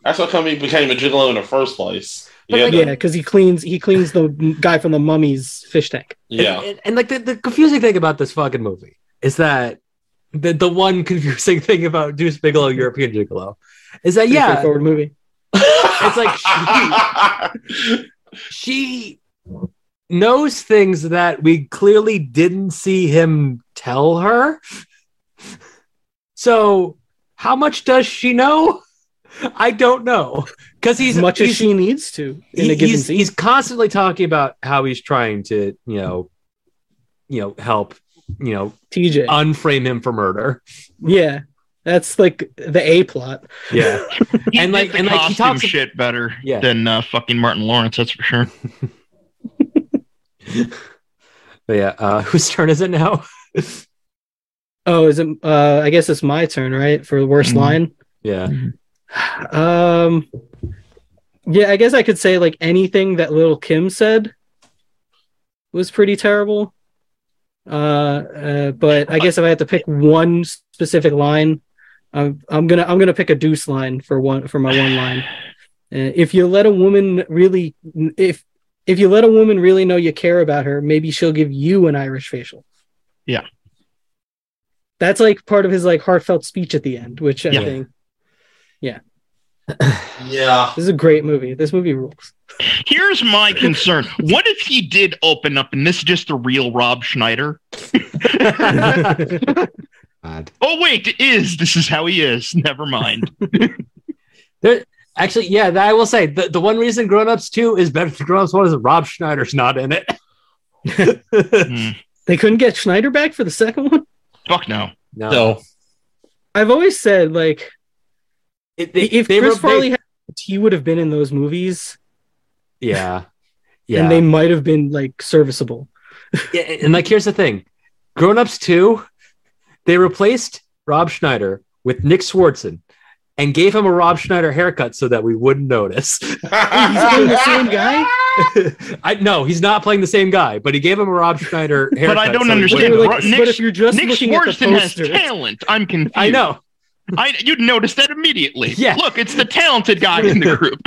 Speaker 4: That's how come he became a gigolo in the first place.
Speaker 7: But,
Speaker 4: Yeah,
Speaker 7: like,
Speaker 5: yeah, because he cleans he cleans the guy from the mummy's fish tank.
Speaker 4: yeah.
Speaker 7: And, and, and, like the, the confusing thing about this fucking movie is that the the one confusing thing about Deuce Bigelow European Gigolo is that
Speaker 5: Pretty
Speaker 7: yeah,
Speaker 5: straightforward movie.
Speaker 7: it's like she, she knows things that we clearly didn't see him tell her. So, how much does she know? I don't know because he's
Speaker 5: as much
Speaker 7: he's,
Speaker 5: as she needs to in
Speaker 7: he-
Speaker 5: a given
Speaker 7: he's,
Speaker 5: scene.
Speaker 7: he's constantly talking about how he's trying to you know you know help you know
Speaker 5: TJ.
Speaker 7: unframe him for murder.
Speaker 5: yeah, that's like the A plot.
Speaker 7: Yeah,
Speaker 6: He
Speaker 7: And,
Speaker 6: did
Speaker 7: like-
Speaker 6: the
Speaker 7: and, like, he
Speaker 6: costume
Speaker 7: talks ab-
Speaker 6: shit better
Speaker 7: Yeah.
Speaker 6: than uh, fucking Martin Lawrence, that's for sure.
Speaker 7: but yeah. Uh, whose turn is it now?
Speaker 5: Oh, is it? Uh, I guess it's my turn, right, for the worst
Speaker 4: Mm-hmm.
Speaker 6: Mhm.
Speaker 5: line.
Speaker 7: Yeah,
Speaker 5: Um, yeah, I guess I could say like anything that Little Kim said was pretty terrible. Uh, uh, but I guess if I had to pick one specific line, I'm, I'm gonna I'm gonna pick a deuce line for one for my one line. Uh, if you let a woman really, if if you let a woman really know you care about her, maybe she'll give you an Irish facial.
Speaker 6: Yeah.
Speaker 5: That's like part of his like heartfelt speech at the end, which I
Speaker 6: Yeah.
Speaker 5: think
Speaker 4: yeah.
Speaker 5: this is a great movie. This movie rules.
Speaker 6: Here's my concern. What if he did open up and this is just the real Rob Schneider?
Speaker 2: God.
Speaker 6: Oh wait, it is. This is how he is. Never mind.
Speaker 7: actually, yeah. That I will say the, the one reason Grown Ups Two is better than Grown Ups One is that Rob Schneider's not in it.
Speaker 5: Mm.
Speaker 6: Hmm.
Speaker 5: They couldn't get Schneider back for the second one.
Speaker 6: Fuck no.
Speaker 7: No,
Speaker 3: No.
Speaker 5: I've always said like
Speaker 7: It- they-
Speaker 5: if
Speaker 7: they
Speaker 5: Chris
Speaker 7: were- they-
Speaker 5: Farley had, he would have been in those movies,
Speaker 7: yeah, yeah,
Speaker 5: and they might have been like serviceable.
Speaker 7: Yeah, and and, like here's the thing grown ups 2 they replaced rob schneider with nick swartzen and gave him a rob schneider haircut so that we wouldn't notice
Speaker 5: He's playing the same guy.
Speaker 7: i no he's not playing the same guy but he gave him a rob schneider haircut
Speaker 6: I don't
Speaker 7: so we
Speaker 6: understand.
Speaker 7: wouldn't
Speaker 5: But, like,
Speaker 7: notice.
Speaker 6: Nick-
Speaker 5: but if you're just
Speaker 6: Nick
Speaker 5: looking at the
Speaker 6: Swartzen has
Speaker 5: poster,
Speaker 6: talent. I'm confused.
Speaker 7: i know
Speaker 6: I, you'd notice that immediately.
Speaker 7: Yeah.
Speaker 6: Look, it's the talented guy in the group.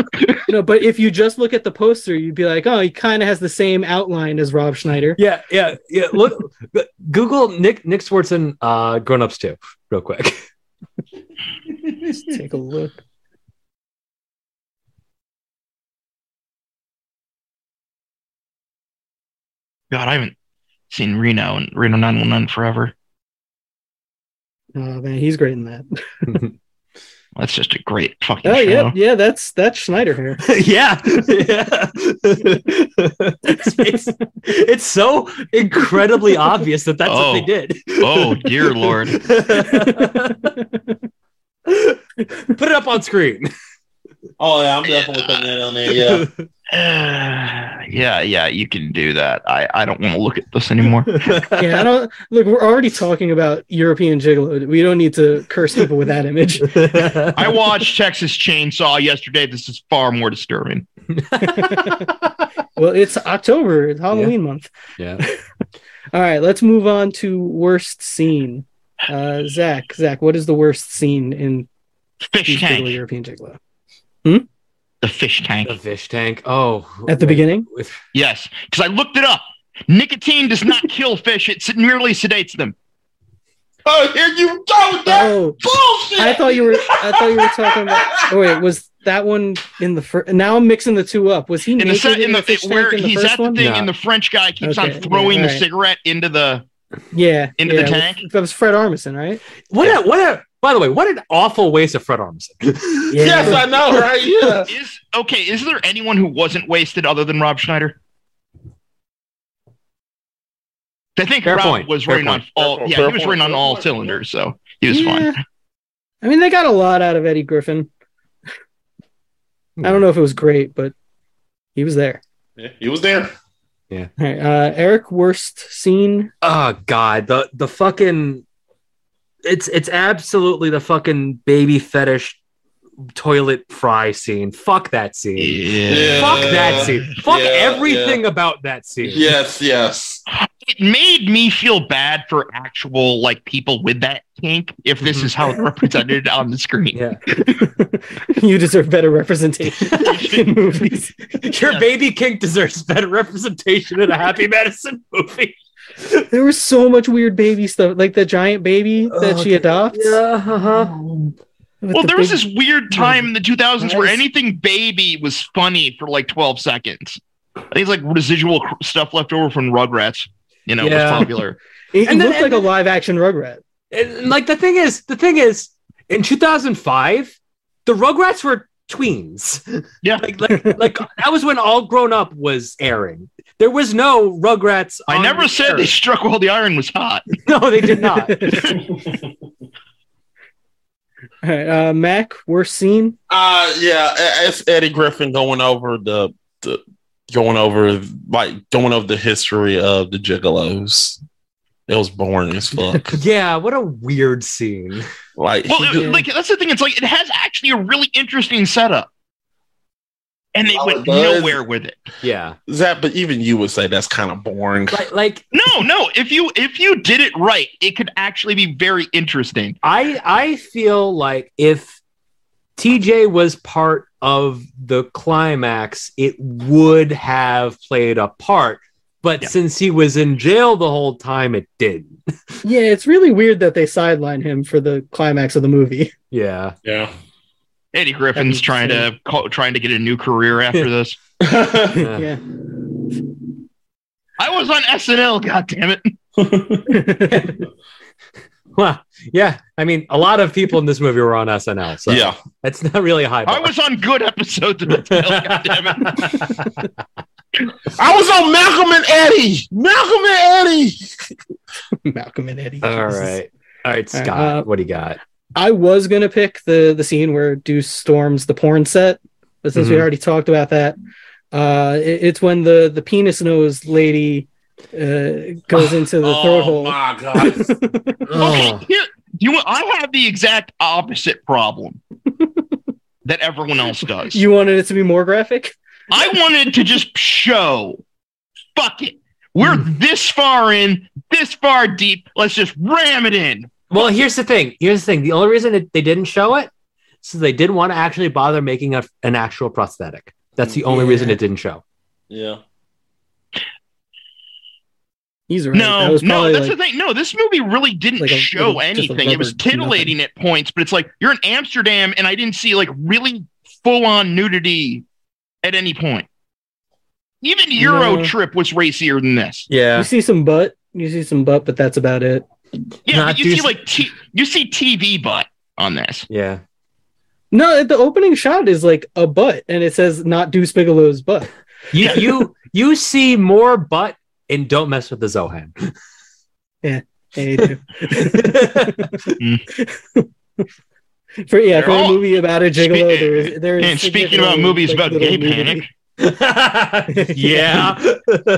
Speaker 5: you know, but if you just look at the poster, you'd be like, oh, he kind of has the same outline as Rob Schneider.
Speaker 7: yeah yeah yeah look google nick nick swartzen uh grown ups 2 real quick
Speaker 5: Let's take a look.
Speaker 6: God, I haven't seen Reno and Reno 911 forever.
Speaker 5: Oh man, he's great in that.
Speaker 6: That's just a great fucking
Speaker 5: Oh
Speaker 6: show.
Speaker 5: yeah, yeah, that's that's Schneider here.
Speaker 7: yeah, yeah. it's, it's, it's so incredibly obvious that that's what
Speaker 6: Oh.
Speaker 7: they did.
Speaker 6: Oh dear lord. Oh.
Speaker 7: Put it up on screen.
Speaker 4: Oh yeah, I'm definitely putting that on there. Yeah.
Speaker 6: Uh, yeah, yeah, you can do that. I, I don't want to look at this anymore.
Speaker 5: yeah, I don't look. We're already talking about European gigolo. We don't need to curse people with that image.
Speaker 6: I watched Texas Chainsaw yesterday. This is far more disturbing.
Speaker 5: Well, it's October, it's Halloween month.
Speaker 7: yeah.
Speaker 5: All right, let's move on to worst scene. Uh, Zach, Zach, what is the worst scene in
Speaker 6: Fish
Speaker 5: Beach Gigolo,
Speaker 6: tank.
Speaker 5: European gigolo?
Speaker 6: The fish tank.
Speaker 7: The fish tank. Oh.
Speaker 5: At the
Speaker 7: wait.
Speaker 5: beginning,
Speaker 6: Yes, because I looked it up. Nicotine does not kill fish; it sed- merely sedates them.
Speaker 4: Oh, here you go. That's
Speaker 5: oh,
Speaker 4: bullshit.
Speaker 5: I thought you were. I thought you were talking about. Oh wait, was that one in the first? Now I'm mixing the two up. Was he
Speaker 6: In the,
Speaker 5: naked
Speaker 6: se- in the,
Speaker 5: fish tank
Speaker 6: where
Speaker 5: in the
Speaker 6: he's
Speaker 5: first
Speaker 6: at the
Speaker 5: one?
Speaker 6: thing,
Speaker 7: No.
Speaker 6: and the French guy keeps
Speaker 5: Okay,
Speaker 6: on
Speaker 5: yeah,
Speaker 6: throwing the
Speaker 5: alright.
Speaker 6: cigarette into the
Speaker 5: Yeah.
Speaker 6: Into
Speaker 5: yeah,
Speaker 6: the tank?
Speaker 5: with- That was Fred Armisen, right?
Speaker 7: What a what a by the way, what an awful waste of Fred Armisen.
Speaker 5: Yeah.
Speaker 4: Yes, I know, right? Yeah.
Speaker 6: Is okay. Is there anyone who wasn't wasted other than Rob Schneider? I think
Speaker 7: Fair
Speaker 6: Rob
Speaker 7: point,
Speaker 6: was
Speaker 7: fair
Speaker 6: running on
Speaker 7: point.
Speaker 6: all.
Speaker 4: Fair
Speaker 6: yeah,
Speaker 4: point,
Speaker 6: he was
Speaker 4: fair
Speaker 6: running on
Speaker 4: point,
Speaker 6: all
Speaker 4: fair
Speaker 6: cylinders, so he was
Speaker 5: Yeah.
Speaker 6: fine.
Speaker 5: I mean, they got a lot out of Eddie Griffin. I don't know if it was great, but he was there.
Speaker 4: yeah. He was there.
Speaker 5: All right, uh, Eric, worst scene.
Speaker 7: Oh god, the the fucking it's it's absolutely the fucking baby fetish toilet fry scene. Fuck that scene.
Speaker 4: Yeah.
Speaker 7: Fuck that scene. Fuck
Speaker 4: yeah,
Speaker 7: everything about that scene.
Speaker 4: Yes, yes.
Speaker 6: It made me feel bad for actual like people with that kink. If this is how it's represented on the screen,
Speaker 7: Yeah.
Speaker 5: you deserve better representation in movies.
Speaker 7: Your baby kink deserves better representation in a Happy Madison movie.
Speaker 5: There was so much weird baby stuff, like the giant baby that
Speaker 7: Oh,
Speaker 5: she adopts.
Speaker 7: uh-huh.
Speaker 5: with
Speaker 6: Well,
Speaker 5: the
Speaker 6: there was
Speaker 5: big-
Speaker 6: this weird time in the 2000s where
Speaker 5: Nice.
Speaker 6: anything baby was funny for like 12 seconds. I think it's like residual cr- stuff left over from Rugrats, you know,
Speaker 7: Yeah.
Speaker 6: was popular.
Speaker 5: It, it
Speaker 7: and then-
Speaker 5: looked
Speaker 7: and
Speaker 5: like a
Speaker 7: then-
Speaker 5: live action Rugrat.
Speaker 7: And, like the thing is, the thing is, in 2005, the Rugrats were tweens.
Speaker 6: Yeah.
Speaker 7: like like, like that was when All Grown Up was airing. There was no Rugrats.
Speaker 6: I
Speaker 7: on
Speaker 6: never
Speaker 7: the
Speaker 6: said
Speaker 7: air.
Speaker 6: they struck while the iron was hot.
Speaker 7: no, they did not.
Speaker 5: All right, uh, Mac, worst scene.
Speaker 4: Uh yeah, i- it's Eddie Griffin going over the, the going over like going over the history of the gigolos. It was boring as fuck.
Speaker 7: yeah, what a weird scene.
Speaker 4: like
Speaker 6: Well,
Speaker 4: he
Speaker 6: it-
Speaker 4: just-
Speaker 6: like that's the thing. It's like it has actually a really interesting setup, and they
Speaker 4: Oh, it
Speaker 6: went
Speaker 4: does?
Speaker 6: nowhere with it.
Speaker 7: Yeah,
Speaker 4: Zach, but even you would say that's kind of boring.
Speaker 7: like like
Speaker 6: No, no. If you if you did it right, it could actually be very interesting.
Speaker 7: I I feel like if TJ was part of the climax, it would have played a part. But
Speaker 6: Yeah.
Speaker 7: since he was in jail the whole time, it didn't.
Speaker 5: Yeah, it's really weird that they sideline him for the climax of the movie.
Speaker 7: Yeah.
Speaker 4: yeah.
Speaker 6: Eddie Griffin's
Speaker 5: That'd be
Speaker 6: trying to call, trying to get a new career after this.
Speaker 7: Yeah.
Speaker 5: yeah.
Speaker 6: I was on SNL. God damn it!
Speaker 7: Well, yeah. I mean, a lot of people in this movie were on SNL, so
Speaker 4: yeah.
Speaker 7: that's not really a high.
Speaker 6: I
Speaker 7: Bar.
Speaker 6: was on good episodes of SNL. God damn it!
Speaker 4: I was on Malcolm and Eddie. Malcolm and Eddie.
Speaker 5: Malcolm and Eddie.
Speaker 7: All
Speaker 5: Jesus.
Speaker 7: right. All right, Scott.
Speaker 5: uh,
Speaker 7: what do you got?
Speaker 5: I was gonna pick the the scene where Deuce storms the porn set, but since we
Speaker 6: Mm-hmm.
Speaker 7: Mhm.
Speaker 5: already talked about that, uh, it- it's when the the penis nose lady uh, goes into
Speaker 6: Oh
Speaker 5: the throat hole.
Speaker 4: Oh, my god.
Speaker 7: Oh.
Speaker 6: Okay, here, you. know, I have the exact opposite problem that everyone else does.
Speaker 5: You wanted it to be more graphic.
Speaker 6: I wanted to just show, fuck it. We're this far in, this far deep. Let's just ram it in.
Speaker 7: Well, here's the thing. Here's the thing. The only reason it, they didn't show it, so they didn't want to actually bother making a, an actual prosthetic. That's the only
Speaker 5: Yeah.
Speaker 7: reason it didn't show.
Speaker 4: yeah.
Speaker 5: He's right. that
Speaker 6: No,
Speaker 5: was
Speaker 6: no,
Speaker 5: probably
Speaker 6: that's the
Speaker 5: like,
Speaker 6: thing. No, this movie really didn't
Speaker 5: like a
Speaker 6: show
Speaker 5: little- just a
Speaker 6: anything. It was
Speaker 5: rubber nothing.
Speaker 6: titillating at points, but it's like you're in Amsterdam and I didn't see like really full on nudity at any point. Even Euro
Speaker 5: No.
Speaker 6: Trip was racier than this.
Speaker 5: you
Speaker 7: Yeah.
Speaker 5: see some butt, you see some butt, but that's about it.
Speaker 6: Yeah,
Speaker 7: Not
Speaker 6: but you
Speaker 7: do-
Speaker 6: see like t- you see TV butt on this.
Speaker 7: Yeah.
Speaker 5: No, the opening shot is like a butt, and it says not Deuce Bigelow's butt.
Speaker 7: You you you see more butt and don't mess with the Zohan.
Speaker 5: Hey, dude. for yeah,
Speaker 6: They're
Speaker 5: for a
Speaker 6: all-
Speaker 5: movie about a gigolo, there is there is.
Speaker 6: And speaking about
Speaker 5: significantly,
Speaker 6: movies
Speaker 5: like,
Speaker 6: about
Speaker 5: little
Speaker 6: gay
Speaker 5: nudity.
Speaker 6: panic,
Speaker 7: yeah.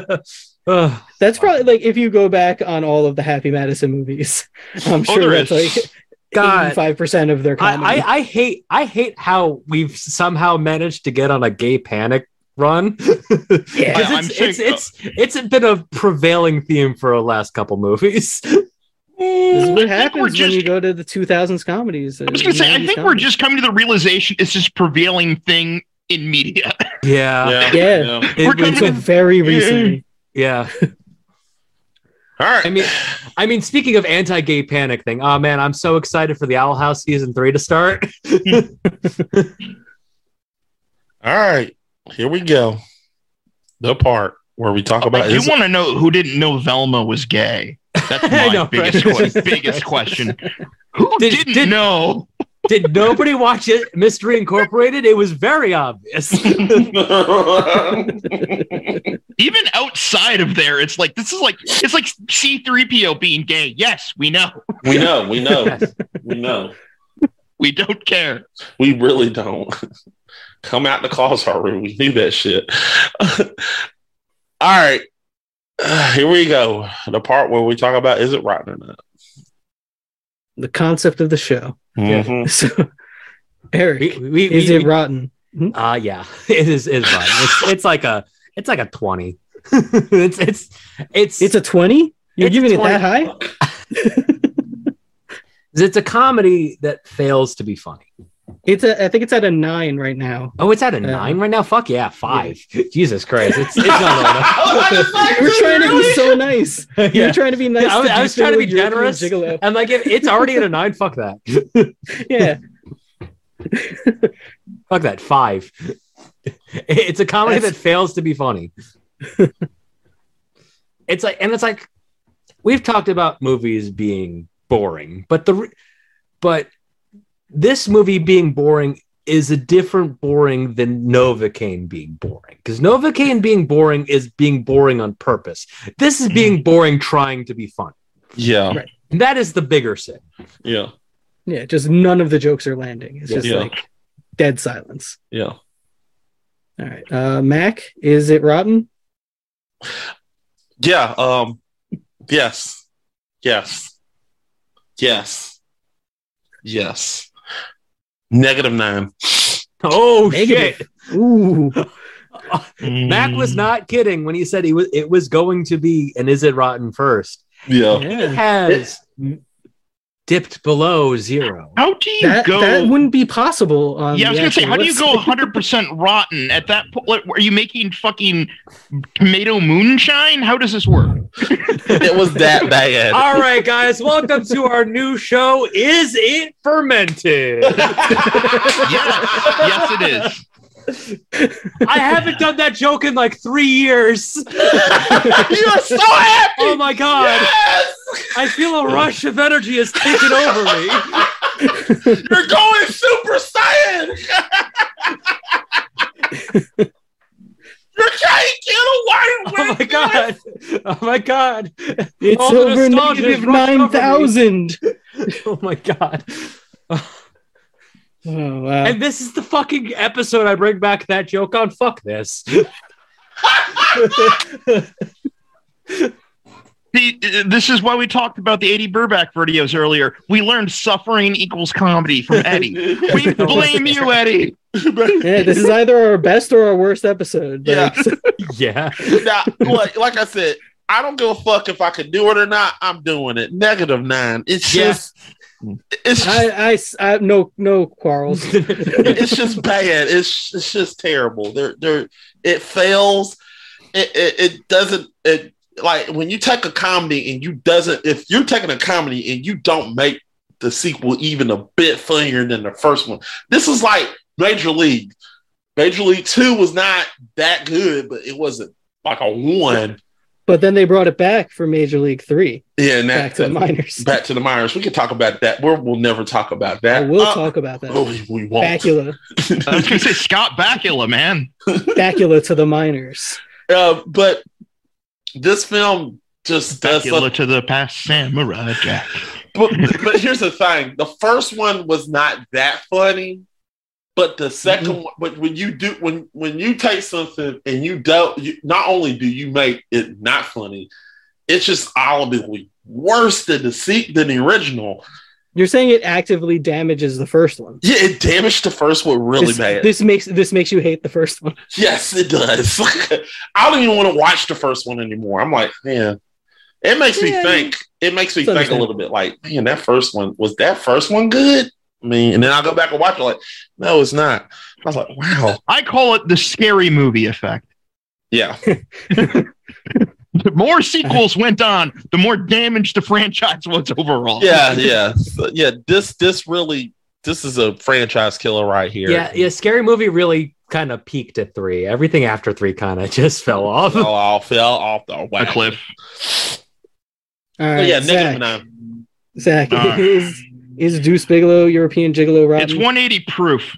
Speaker 7: Ugh.
Speaker 5: That's probably like if you go back on all of the Happy Madison movies, I'm
Speaker 6: Oh,
Speaker 5: sure
Speaker 6: there
Speaker 5: that's
Speaker 6: is.
Speaker 5: like
Speaker 7: God.
Speaker 5: 85 percent of their
Speaker 7: I,
Speaker 5: comedy.
Speaker 7: I, I hate I hate how we've somehow managed to get on a gay panic run.
Speaker 5: yeah.
Speaker 6: I-
Speaker 7: Because
Speaker 6: I'm
Speaker 7: it's,
Speaker 6: saying-
Speaker 7: it's, it's, it's been a prevailing theme for our last couple movies.
Speaker 5: This is what
Speaker 6: I think we're
Speaker 5: happens when
Speaker 6: just-
Speaker 5: you go to the 2000s comedies.
Speaker 6: I was gonna say, I think we're just coming to the realization it's this prevailing thing in media.
Speaker 7: Yeah.
Speaker 4: Yeah.
Speaker 5: Yeah.
Speaker 4: yeah.
Speaker 7: It-
Speaker 6: We're
Speaker 7: it's-
Speaker 6: coming
Speaker 5: until very recently.
Speaker 7: yeah.
Speaker 4: All right.
Speaker 7: I mean, I mean, speaking of anti-gay panic thing, oh man, I'm so excited for the Owl House season three to start.
Speaker 4: All right. Here we go. The part where we talk about
Speaker 6: I do
Speaker 4: is
Speaker 6: want to know who didn't know Velma was gay. That's
Speaker 7: I
Speaker 6: my
Speaker 7: know,
Speaker 6: biggest
Speaker 7: right?
Speaker 6: que- biggest question. Who
Speaker 7: Did-
Speaker 6: didn't
Speaker 7: did-
Speaker 6: know?
Speaker 7: Did nobody watch it, Mystery Incorporated? It was very obvious.
Speaker 6: Even outside of there, it's like this is like it's like C3PO being gay. Yes, we know.
Speaker 4: we know, we know, we know.
Speaker 6: We don't care.
Speaker 4: We really don't. Come out the closet room. We knew that shit. All right. Here we go. The part where we talk about is it rotten or not.
Speaker 5: The concept of the show.
Speaker 4: Mhm.
Speaker 5: So, Eric,
Speaker 7: We- we- we-
Speaker 5: is it
Speaker 7: we-
Speaker 5: rotten?
Speaker 7: Uh yeah, it is. It's fun. It's, it's like a it's like a twenty. it's it's it's
Speaker 5: It's a 20? You're
Speaker 7: It's
Speaker 5: giving
Speaker 7: 20.
Speaker 5: it that high?
Speaker 7: it's a comedy that fails to be funny.
Speaker 5: It's a, I think it's at a nine right now.
Speaker 7: Oh, it's at a
Speaker 5: Yeah.
Speaker 7: nine right now. Fuck yeah, five. Jesus Christ, it's it's not low enough.
Speaker 4: Oh,
Speaker 5: We're trying to be so nice. You're
Speaker 7: yeah.
Speaker 5: trying to be nice.
Speaker 7: Yeah, I was-
Speaker 5: to
Speaker 7: I
Speaker 5: do
Speaker 7: was trying to be
Speaker 5: European
Speaker 7: generous.
Speaker 5: gigolo.
Speaker 7: I'm like, if it's already at a nine, fuck that.
Speaker 5: Yeah.
Speaker 7: Fuck that. Five. It's a comedy
Speaker 5: That's-
Speaker 7: that fails to be funny. it's like, and it's like, we've talked about movies being boring, but the, re- but this movie being boring is a different boring than Novocaine being boring because Novocaine being boring is being boring on purpose. This is
Speaker 5: Mm.
Speaker 7: being boring trying to be fun.
Speaker 4: Yeah.
Speaker 7: And that is the bigger sin.
Speaker 4: Yeah.
Speaker 5: Yeah. Just none of the jokes are landing. It's just
Speaker 4: Yeah.
Speaker 5: like dead silence.
Speaker 4: Yeah.
Speaker 5: All right. Uh, Mac, is it rotten?
Speaker 4: Yeah. Um. Yes. Yes. Yes. Yes. Negative nine.
Speaker 7: Oh
Speaker 5: Negative.
Speaker 7: shit!
Speaker 5: Ooh.
Speaker 7: Mac
Speaker 4: Hmm.
Speaker 7: was not kidding when he said he was. It was going to be an is it rotten first.
Speaker 4: Yeah.
Speaker 7: It
Speaker 5: Yeah.
Speaker 7: has dipped below zero.
Speaker 6: How do you
Speaker 5: That,
Speaker 6: go?
Speaker 5: that wouldn't be possible. On
Speaker 6: yeah, I was
Speaker 5: the
Speaker 6: gonna say,
Speaker 5: actual
Speaker 6: how do you
Speaker 5: list.
Speaker 6: go 100 percent rotten at that point? Are you making fucking tomato moonshine? How does this work?
Speaker 4: It was that bad.
Speaker 7: All right, guys, welcome to our new show. Is it fermented?
Speaker 6: Yes, yes, it is.
Speaker 7: I haven't done that joke in like three years.
Speaker 4: you are so happy.
Speaker 7: Oh my god,
Speaker 4: Yes.
Speaker 7: I feel a rush of energy is taking over me. Oh,
Speaker 4: You're going Super Saiyan. you can't get away with
Speaker 7: Oh my
Speaker 4: it.
Speaker 7: god, oh my god,
Speaker 5: It's
Speaker 7: All the
Speaker 5: over
Speaker 7: nostalgia
Speaker 5: negative
Speaker 7: is rushing over me.
Speaker 5: 9,000.
Speaker 7: oh my god.
Speaker 5: Oh, wow.
Speaker 7: And this is the fucking episode I bring back that joke on. Fuck this.
Speaker 6: See, uh, this is why we talked about the Eddie Burback videos earlier. We learned suffering equals comedy from Eddie. We blame you, Eddie.
Speaker 5: yeah, this is either our best or our worst episode. but-
Speaker 4: Yeah.
Speaker 7: yeah.
Speaker 4: now, like, like I said, I don't give a fuck if I can do it or not. I'm doing it. Negative nine. It's
Speaker 7: Yeah.
Speaker 4: just, it's just,
Speaker 5: I, I, I, no, no quarrels.
Speaker 4: it's just bad. It's it's just terrible. There, there, it fails. It, it, it doesn't. It like when you take a comedy and you doesn't. If you're taking a comedy and you don't make the sequel even a bit funnier than the first one, this is like Major League. Major League Two was not that good, but it wasn't like a one.
Speaker 5: But then they brought it back for Major League Three,
Speaker 4: Yeah, and that,
Speaker 5: back to the minors.
Speaker 4: back to the Myers. We can talk about that. We're, we'll never talk about
Speaker 5: I
Speaker 4: that.
Speaker 5: will
Speaker 4: Uh,
Speaker 5: talk about that.
Speaker 4: Oh, we- we won't.
Speaker 5: Bacula,
Speaker 6: I was gonna say Scott Bakula, man.
Speaker 5: Bacula to the minors.
Speaker 4: Uh, but this film just does.
Speaker 6: Bakula
Speaker 4: Some,
Speaker 6: to the past samurai jack.
Speaker 4: but, but here's the thing: the first one was not that funny, but
Speaker 5: Mm-hmm.
Speaker 4: the 2nd one. But when you do when when you take something and you don't, you, not only do you make it not funny, it's just audibly worse than the se- than the original.
Speaker 5: You're saying it actively damages the first one.
Speaker 4: Yeah, it damaged the first one really
Speaker 5: this,
Speaker 4: bad.
Speaker 5: this makes this makes you hate the first one.
Speaker 4: Yes, it does. I don't even want to watch the first one anymore. I'm like, man, it makes me
Speaker 5: Yeah.
Speaker 4: think. It makes me
Speaker 5: It's
Speaker 4: think a little bit. Like, man, that first one was that first one good. I mean, and then I go back and watch it. Like, no, it's not. I was like, wow,
Speaker 6: I call it the scary movie effect.
Speaker 4: yeah,
Speaker 6: The more sequels went on, the more damage the franchise was overall.
Speaker 4: yeah, yeah, So, yeah. This, this really, this is a franchise killer right here.
Speaker 7: Yeah. Yeah. Scary movie really kind of peaked at three. Everything after three kind of just fell off.
Speaker 4: Fell off, fell off the
Speaker 6: A
Speaker 4: wagon.
Speaker 6: cliff.
Speaker 5: All
Speaker 3: But
Speaker 5: right,
Speaker 3: yeah, negative
Speaker 5: Zach.
Speaker 3: nine.
Speaker 5: Zach,
Speaker 6: All right.
Speaker 5: is is Deuce Bigelow European Gigolo
Speaker 6: It's
Speaker 5: rotten?
Speaker 6: 180 proof.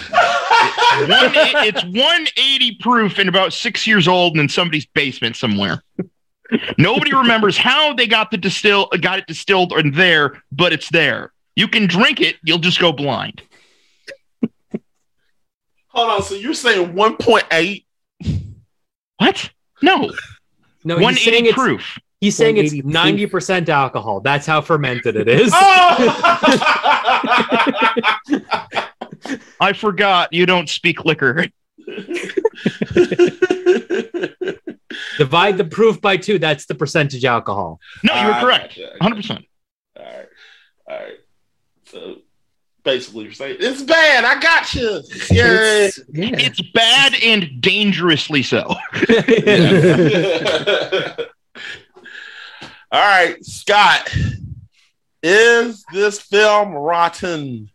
Speaker 6: One, it's 180 proof and about six years old and in somebody's basement somewhere. Nobody remembers how they got the distill got it distilled or there, but it's there. You can drink it, you'll just go blind.
Speaker 4: Hold on. So you're saying 1.8?
Speaker 6: What? No.
Speaker 7: No, he's Oh, saying
Speaker 6: 180
Speaker 7: it's,
Speaker 6: proof.
Speaker 7: he's saying it's
Speaker 5: 180 proof.
Speaker 7: 90% alcohol. That's how fermented it is.
Speaker 4: Oh!
Speaker 6: I forgot you don't speak liquor.
Speaker 7: Divide the proof by two. That's the percentage alcohol.
Speaker 6: No, you were
Speaker 4: Ah,
Speaker 6: correct.
Speaker 4: gotcha, gotcha.
Speaker 6: 100%.
Speaker 4: All right. All right. So basically, you're saying it's bad. I got you. Yeah.
Speaker 5: It's- yeah.
Speaker 6: It's bad and dangerously so.
Speaker 4: All right, Scott. Is this film rotten?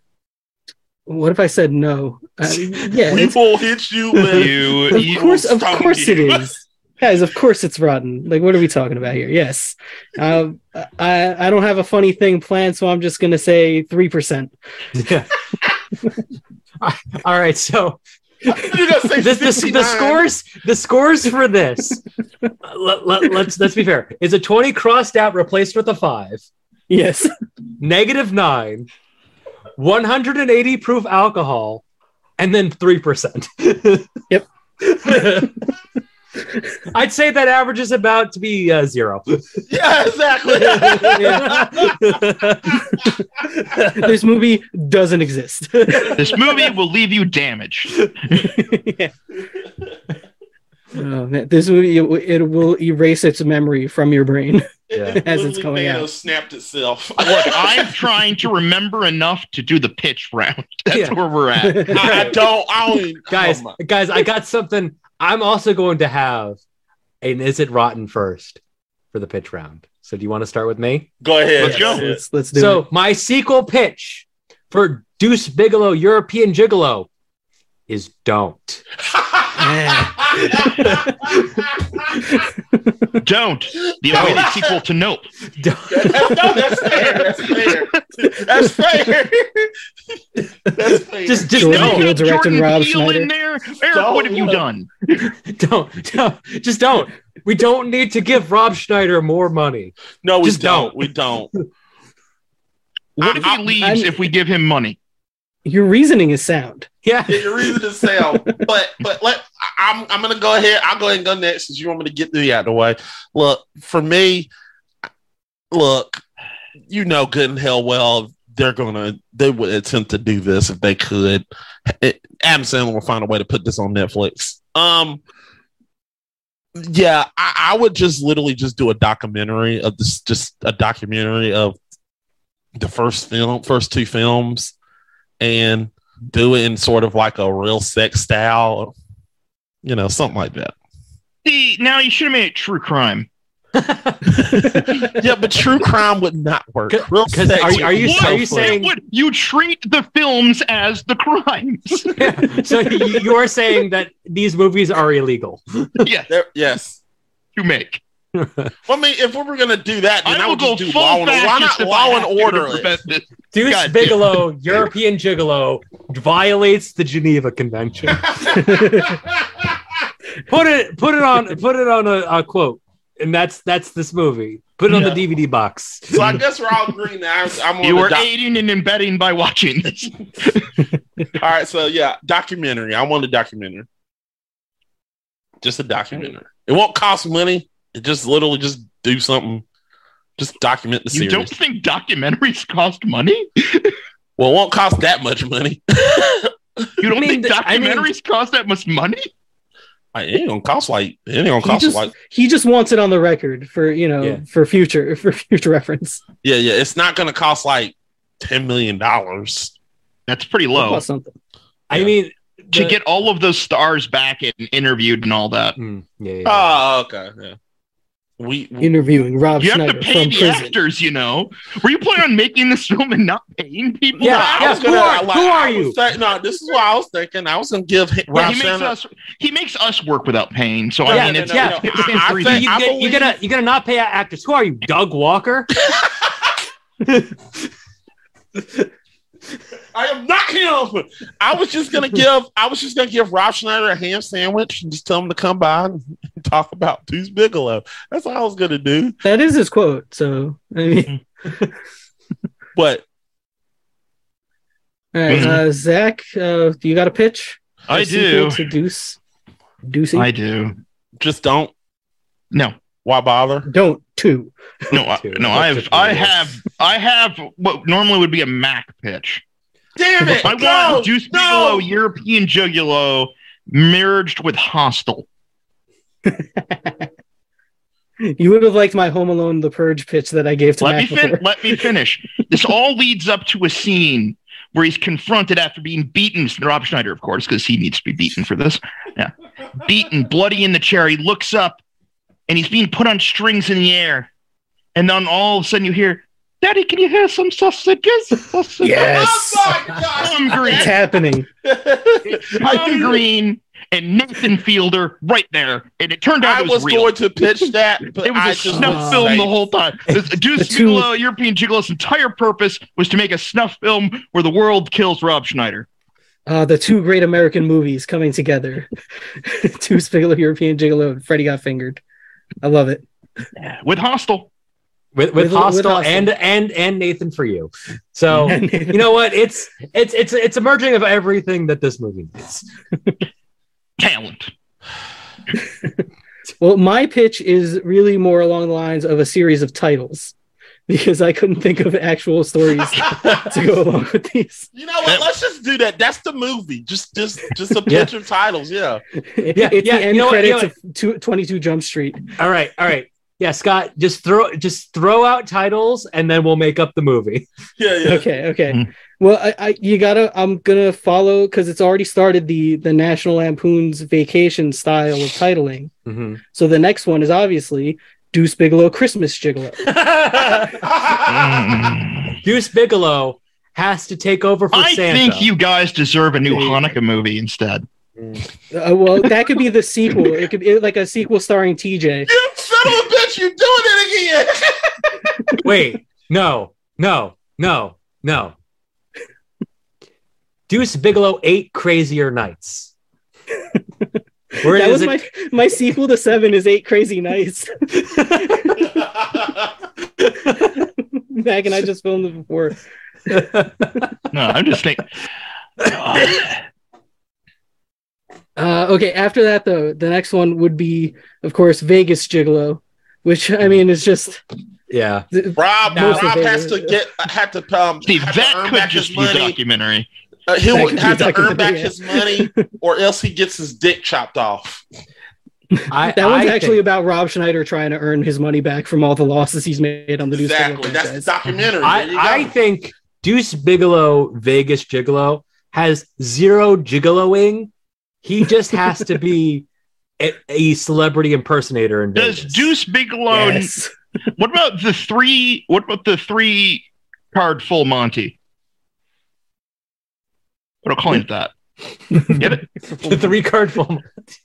Speaker 5: What if I said no? Uh, yeah,
Speaker 4: we
Speaker 5: it's-
Speaker 4: will hit you with.
Speaker 6: You,
Speaker 5: of
Speaker 6: you
Speaker 5: course, of
Speaker 4: stung
Speaker 5: course it
Speaker 4: you.
Speaker 5: is, guys. Of course it's rotten. Like, what are we talking about here? Yes, um, I I don't have a funny thing planned, so I'm just gonna say three percent.
Speaker 7: Yeah. All right, so
Speaker 4: You're gonna say
Speaker 7: this, this, the
Speaker 4: 69.
Speaker 7: scores the scores for this. let, let, let's let's be fair. It's a twenty crossed out, replaced with a five,
Speaker 5: Yes,
Speaker 7: negative nine, one hundred and eighty proof alcohol, and then three percent.
Speaker 5: Yep.
Speaker 7: I'd say that averages about to be uh, zero.
Speaker 4: Yeah, exactly.
Speaker 5: this movie doesn't exist.
Speaker 6: this movie will leave you damaged.
Speaker 5: Oh, man, this movie it, it will erase its memory from your brain.
Speaker 7: Yeah.
Speaker 5: As it's
Speaker 4: Literally
Speaker 5: going
Speaker 4: Thanos
Speaker 5: out.
Speaker 4: snapped itself.
Speaker 6: Look, I'm trying to remember enough to do the pitch round. That's
Speaker 7: Yeah.
Speaker 6: where we're at.
Speaker 4: I, I don't. I don't. Even,
Speaker 7: guys,
Speaker 4: oh my-
Speaker 7: guys, I got something. I'm also going to have an is it rotten first for the pitch round. So do you want to start with me?
Speaker 4: go ahead.
Speaker 6: Let's go.
Speaker 4: Yeah.
Speaker 5: Let's let's do
Speaker 7: so my sequel pitch for Deuce Bigelow European Gigolo is don't.
Speaker 6: Don't. The awaited sequel to Nope.
Speaker 7: Don't.
Speaker 4: no, that's fair. That's fair. That's fair. That's fair.
Speaker 7: Just, just
Speaker 5: Jordan
Speaker 6: Don't
Speaker 7: don't,
Speaker 5: Peele
Speaker 6: have
Speaker 5: directed
Speaker 6: Jordan
Speaker 5: Rob
Speaker 6: Peele in
Speaker 5: Schneider.
Speaker 6: there. Eric, what have you done?
Speaker 7: don't, don't, just don't. We don't need to give Rob Schneider more money.
Speaker 4: no, we
Speaker 7: just
Speaker 4: don't.
Speaker 7: don't.
Speaker 4: We don't.
Speaker 6: What if
Speaker 4: I-
Speaker 6: he leaves
Speaker 5: I'm-
Speaker 6: if we give him money?
Speaker 5: it. Your reasoning is sound.
Speaker 7: Yeah,
Speaker 4: Yeah, Your reason to sell, but but let I- I'm I'm gonna go ahead. I'll go ahead and go next since you want me to get the out of the way. Look, for me, look, you know good and hell well they're gonna they would attempt to do this if they could. It, Adam Sandler will find a way to put this on Netflix. Um, yeah, I, I would just literally just do a documentary of this, just a documentary of the first film, first two films, and do it in sort of like a real sex style, you know, something like that.
Speaker 6: See, now you should have made it true crime.
Speaker 4: Yeah, but true crime would not work.
Speaker 7: C-
Speaker 4: Real
Speaker 7: 'cause
Speaker 4: sex
Speaker 7: are you-
Speaker 4: would
Speaker 7: are you-
Speaker 4: work.
Speaker 7: are you
Speaker 6: It
Speaker 7: saying-
Speaker 6: would- you treat the films as the crimes?
Speaker 7: so you, you are saying that these movies are illegal.
Speaker 6: yes,
Speaker 4: There- yes?
Speaker 6: you make.
Speaker 4: Well, I mean, if we were gonna do that, then I,
Speaker 6: I will
Speaker 4: would
Speaker 6: go
Speaker 4: just do
Speaker 6: full
Speaker 4: law and why
Speaker 6: fascist
Speaker 4: not
Speaker 6: if
Speaker 4: law
Speaker 6: I
Speaker 4: and
Speaker 6: have to
Speaker 4: order.
Speaker 6: to
Speaker 4: it?
Speaker 6: prevent this.
Speaker 7: Deuce
Speaker 6: God damn.
Speaker 7: Bigelow, European Gigolo, violates the Geneva Convention. put it, put it on, put it on a, a quote, and that's that's this movie. Put it on the DVD box.
Speaker 4: So I guess we're all agreeing now. I'm on
Speaker 6: You
Speaker 4: the
Speaker 6: are
Speaker 4: doc-
Speaker 6: aiding and embedding by watching this.
Speaker 4: all right. So yeah, documentary. I want a documentary. Just a documentary. It won't cost money. It just literally just do something. Just document the
Speaker 6: You
Speaker 4: series.
Speaker 6: don't think documentaries cost money?
Speaker 4: Well, it won't cost that much money.
Speaker 6: You don't
Speaker 7: I mean,
Speaker 6: think
Speaker 7: th- I mean-
Speaker 6: documentaries cost that much money?
Speaker 4: Like, it ain't gonna cost like it ain't gonna
Speaker 5: He
Speaker 4: cost
Speaker 5: just,
Speaker 4: like
Speaker 5: he just wants it on the record for you know
Speaker 7: Yeah.
Speaker 5: for future for future reference.
Speaker 4: yeah yeah. It's not gonna cost like ten million dollars.
Speaker 6: That's pretty
Speaker 5: It'll
Speaker 6: low.
Speaker 5: cost something.
Speaker 7: I mean,
Speaker 6: To
Speaker 7: the-
Speaker 6: get all of those stars back and interviewed and all that.
Speaker 4: Uh,
Speaker 7: Mm, yeah, yeah, yeah.
Speaker 4: Oh okay. Yeah.
Speaker 3: we, we
Speaker 5: interviewing Rob
Speaker 6: You have
Speaker 5: Schneider
Speaker 6: to pay
Speaker 5: from
Speaker 6: the
Speaker 5: prison.
Speaker 6: actors, you know. Were you planning on making this film and not paying people?
Speaker 7: Yeah,
Speaker 4: I
Speaker 7: yeah,
Speaker 4: was
Speaker 7: who are- who
Speaker 4: I
Speaker 7: are
Speaker 4: was
Speaker 7: you?
Speaker 4: Th- no, this is what I was thinking. I was gonna give him
Speaker 6: Well,
Speaker 4: Rob
Speaker 6: he makes
Speaker 4: Schneider-
Speaker 6: us he makes us work without paying. So
Speaker 7: Yeah,
Speaker 6: I mean,
Speaker 7: no,
Speaker 6: it's
Speaker 7: no, no.
Speaker 6: it's been
Speaker 4: I- I
Speaker 6: three
Speaker 4: think-
Speaker 6: years.
Speaker 7: you,
Speaker 4: I
Speaker 7: get,
Speaker 4: believe-
Speaker 7: you're gonna you're gonna not pay actors. Who are you, Doug Walker?
Speaker 4: I am not him. I was just gonna give. I was just gonna give Rob Schneider a ham sandwich and just tell him to come by and talk about Deuce Bigelow. That's all I was gonna do.
Speaker 5: That is his quote. So I
Speaker 6: Mm-hmm.
Speaker 5: mean,
Speaker 4: But
Speaker 5: all right, uh, Zach, uh, you got a pitch?
Speaker 6: Mm-hmm. I
Speaker 5: A sequel
Speaker 6: do.
Speaker 5: To Deuce, Deucey.
Speaker 6: I do.
Speaker 4: just don't.
Speaker 6: No,
Speaker 4: Why bother?
Speaker 5: Don't two.
Speaker 6: no, I,
Speaker 7: Dude,
Speaker 6: no.
Speaker 7: that's
Speaker 6: I've
Speaker 7: just
Speaker 6: I
Speaker 7: brutal.
Speaker 6: have I have what normally would be a Mac pitch.
Speaker 4: Damn it!
Speaker 6: I
Speaker 4: no,
Speaker 6: want Juice
Speaker 4: no.
Speaker 6: Bigelow, European Juggalo, merged with Hostile.
Speaker 5: You would have liked my Home Alone: The Purge pitch that I gave to
Speaker 6: Let me
Speaker 5: Mac
Speaker 6: fin-
Speaker 5: before.
Speaker 6: let me finish. This all leads up to a scene where he's confronted after being beaten. Rob Schneider, of course, because he needs to be beaten for this. Yeah, beaten, bloody in the chair. He looks up, and he's being put on strings in the air. And then all of a sudden, you hear, "Daddy, can you hear some sausages?" sausages?
Speaker 5: Yes,
Speaker 4: Oh my God.
Speaker 6: Tom Green,
Speaker 5: it's happening.
Speaker 6: Tom Green, and Nathan Fielder right there, and it turned out
Speaker 4: I
Speaker 6: it was
Speaker 4: was
Speaker 6: real.
Speaker 4: going to pitch that, but
Speaker 6: It was
Speaker 4: I
Speaker 6: a
Speaker 4: just
Speaker 6: snuff
Speaker 4: was
Speaker 6: film
Speaker 4: safe.
Speaker 6: the whole time. This Deuce
Speaker 5: two-
Speaker 6: Bigelow, European Gigolo's entire purpose was to make a snuff film where the world kills Rob Schneider.
Speaker 5: Uh, the two great American movies coming together: Two Bigelow, European Gigolo, and Freddy Got Fingered. I love it.
Speaker 6: With Hostel.
Speaker 7: with with,
Speaker 5: With- with
Speaker 7: Hostel
Speaker 5: Hostel.
Speaker 7: and and and Nathan for you. So you
Speaker 5: you
Speaker 7: know what? It's it's it's it's a merging of everything that this movie needs.
Speaker 6: Talent.
Speaker 5: Well, my pitch is really more along the lines of a series of titles because I couldn't think of actual stories to go along with these.
Speaker 4: You know what? Let's just do that. That's the movie. Just, just, just a
Speaker 7: Yeah.
Speaker 4: pitch of titles. Yeah.
Speaker 7: Yeah,
Speaker 5: it's
Speaker 7: yeah,
Speaker 5: the
Speaker 7: you
Speaker 5: end
Speaker 7: know what, you
Speaker 5: credits
Speaker 7: know
Speaker 5: of two, 22 Jump Street.
Speaker 7: All right, all right. Yeah, Scott, just throw just throw out titles and then we'll make up the movie.
Speaker 4: Yeah. Yeah.
Speaker 5: Okay, okay.
Speaker 7: Mm-hmm.
Speaker 6: Mm.
Speaker 5: Well, I, I you gotta. I'm gonna follow because it's already started the the National Lampoon's Vacation style of titling.
Speaker 6: Mm-hmm.
Speaker 5: So the next one is obviously Deuce Bigelow Christmas Gigolo.
Speaker 6: Mm.
Speaker 7: Deuce Bigelow has to take over for
Speaker 6: I
Speaker 7: Santa.
Speaker 6: think you guys deserve a new Hanukkah movie instead.
Speaker 5: Uh, well, that could be the sequel. It could be like a sequel starring TJ.
Speaker 4: You son of a bitch! You're doing it again.
Speaker 7: Wait, no, no, no, no. Deuce Bigelow eight crazier nights. Where
Speaker 5: that
Speaker 7: is
Speaker 5: was
Speaker 7: it?
Speaker 5: my my sequel to Seven is Eight Crazy Nights. Mac and I just filmed it before.
Speaker 6: No, I'm just thinking.
Speaker 5: Uh, okay, after that though, the next one would be, of course, Vegas Gigolo, which I mean is just
Speaker 7: yeah.
Speaker 4: Rob,
Speaker 7: No.
Speaker 4: Rob has to get had to um
Speaker 6: Steve,
Speaker 4: had to
Speaker 6: that
Speaker 4: earn
Speaker 6: could
Speaker 4: back
Speaker 6: just
Speaker 4: his
Speaker 6: be a
Speaker 4: money.
Speaker 6: documentary.
Speaker 4: Uh, he'll
Speaker 5: That could be
Speaker 4: have to earn
Speaker 5: documentary,
Speaker 4: back
Speaker 5: yeah.
Speaker 4: his money, or else he gets his dick chopped off.
Speaker 7: I,
Speaker 5: that one's
Speaker 7: I
Speaker 5: actually
Speaker 7: think-
Speaker 5: about Rob Schneider trying to earn his money back from all the losses he's made on the Deuce Bigelow
Speaker 4: Exactly. That's the
Speaker 5: franchise.
Speaker 4: documentary. There you
Speaker 7: I, I
Speaker 4: go.
Speaker 7: think Deuce Bigelow, Vegas Gigolo, has zero gigoloing. He just has to be a, a celebrity impersonator in
Speaker 6: Does
Speaker 7: Vegas.
Speaker 6: Deuce Bigelow?
Speaker 5: Yes.
Speaker 6: What about the three? What about the three card full Monty? What I'll call it that. Get it?
Speaker 7: the three card full? Monty.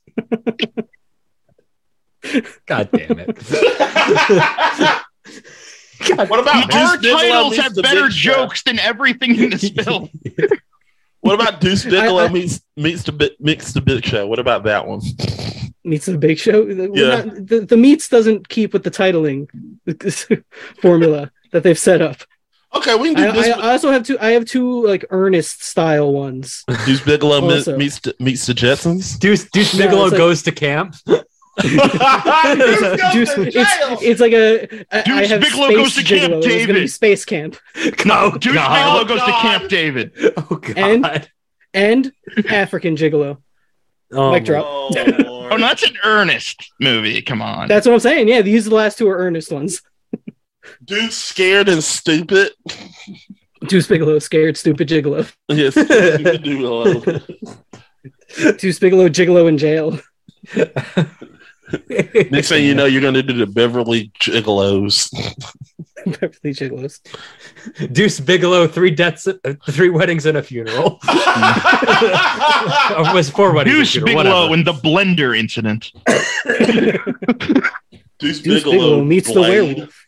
Speaker 7: God damn it!
Speaker 4: what about
Speaker 6: Our
Speaker 4: Deuce Bigelow
Speaker 6: titles
Speaker 4: meets
Speaker 6: have
Speaker 4: the
Speaker 6: better
Speaker 4: Big Shot?
Speaker 6: jokes than everything in this film.
Speaker 4: What about Deuce Bigelow
Speaker 5: I- I-
Speaker 4: meets meets the Bi- meets the Big Show? What about that one?
Speaker 5: Meets the Big Show. We're
Speaker 4: Yeah.
Speaker 5: not- the, the meets doesn't keep with the titling formula that they've set up.
Speaker 4: Okay, we
Speaker 5: I,
Speaker 4: can do this.
Speaker 5: I also have two. I have two like earnest style ones.
Speaker 4: Deuce Bigelow meets
Speaker 5: Also.
Speaker 4: meets the, meets the Jetsons.
Speaker 7: Deuce Deuce
Speaker 5: No,
Speaker 7: Bigelow
Speaker 5: it's like-
Speaker 7: goes to camp.
Speaker 5: Deuce- it's, it's like a. I- I
Speaker 6: Deuce
Speaker 5: have
Speaker 6: Bigelow
Speaker 5: space
Speaker 6: goes to Camp
Speaker 5: Gigolo. It's gonna be
Speaker 6: David.
Speaker 5: space camp.
Speaker 7: No,
Speaker 6: Deuce
Speaker 7: God.
Speaker 6: Bigelow goes to Camp David.
Speaker 7: Oh God!
Speaker 5: And- and African Gigolo.
Speaker 7: oh, my-
Speaker 5: Mic drop.
Speaker 6: Oh, no, that's an earnest movie. Come on.
Speaker 5: That's what I'm saying. Yeah, these are the last two are earnest ones.
Speaker 4: Deuce scared and stupid.
Speaker 5: Deuce Bigelow, scared, stupid Gigolo.
Speaker 4: Yes, stupid Bigelow.
Speaker 5: Deuce Bigelow, Gigolo in jail.
Speaker 3: Next thing you know, you're going to do the Beverly Gigolos.
Speaker 5: Beverly Gigolos.
Speaker 7: Deuce Bigelow, three deaths, uh, three weddings, and a funeral. Or was it four weddings. and a
Speaker 6: Deuce
Speaker 7: funeral,
Speaker 6: Bigelow
Speaker 7: whatever.
Speaker 6: and the blender incident.
Speaker 3: Deuce
Speaker 5: Deuce Bigelow meets the
Speaker 3: Blade.
Speaker 5: werewolf.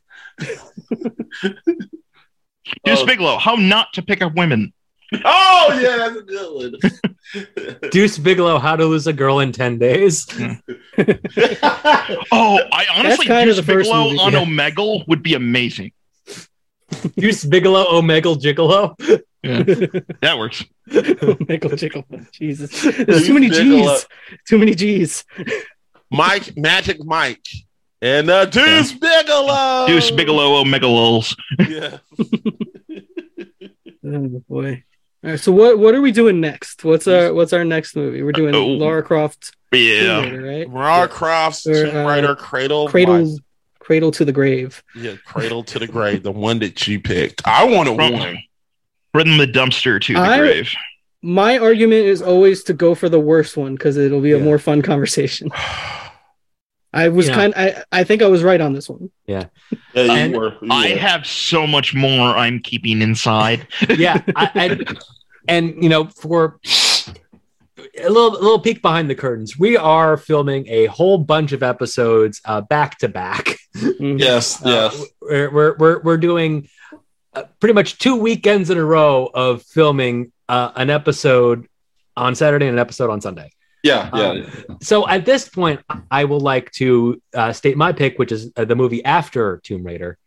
Speaker 6: Deuce
Speaker 3: Oh.
Speaker 6: Bigelow, how not to pick up women.
Speaker 3: Oh yeah, that's a good one.
Speaker 7: Deuce Bigelow, how to lose a girl in ten days.
Speaker 6: Oh, I honestly
Speaker 5: kinda
Speaker 6: Deuce
Speaker 5: the first
Speaker 6: Bigelow
Speaker 5: movie,
Speaker 6: on
Speaker 5: yeah.
Speaker 6: Omegle would be amazing.
Speaker 7: Deuce Bigelow, Omegle Gigolo.
Speaker 6: That works.
Speaker 5: Michael Jiggles. Jesus. There's too many
Speaker 3: Bigelow.
Speaker 5: G's. Too many G's.
Speaker 3: Mike, Magic Mike, and uh, Deuce Bigelow.
Speaker 6: Deuce Bigelow, Omega lulz.
Speaker 3: Yeah.
Speaker 5: Oh boy. All right, so what what are we doing next? What's our what's our next movie? We're doing
Speaker 6: Oh.
Speaker 5: Lara Croft Tomb
Speaker 6: Yeah.
Speaker 5: Raider, right?
Speaker 3: Rar Croft's
Speaker 5: Or,
Speaker 3: Tomb
Speaker 5: uh,
Speaker 3: Raider Cradle. of
Speaker 5: Cradle
Speaker 3: Life.
Speaker 5: Cradle to the Grave.
Speaker 3: Yeah, Cradle to the Grave, the one that you picked. I wanted
Speaker 6: From,
Speaker 3: one.
Speaker 6: from the dumpster to the
Speaker 5: I-
Speaker 6: grave.
Speaker 5: My argument is always to go for the worst one because it'll be a
Speaker 7: Yeah.
Speaker 5: more fun conversation. I was
Speaker 7: Yeah.
Speaker 5: kind I I think I was right on this one.
Speaker 3: Yeah, you
Speaker 7: And
Speaker 3: were- you
Speaker 6: I
Speaker 3: were.
Speaker 6: have so much more I'm keeping inside.
Speaker 7: yeah, I, and and you know, for a little little peek behind the curtains, we are filming a whole bunch of episodes uh, back to back.
Speaker 3: Yes,
Speaker 7: Uh,
Speaker 3: yes.
Speaker 7: We're we're we're, we're doing uh, pretty much two weekends in a row of filming uh, an episode on Saturday and an episode on Sunday.
Speaker 3: Yeah, yeah.
Speaker 7: So at this point, I will like to uh, state my pick, which is uh, the movie after Tomb Raider,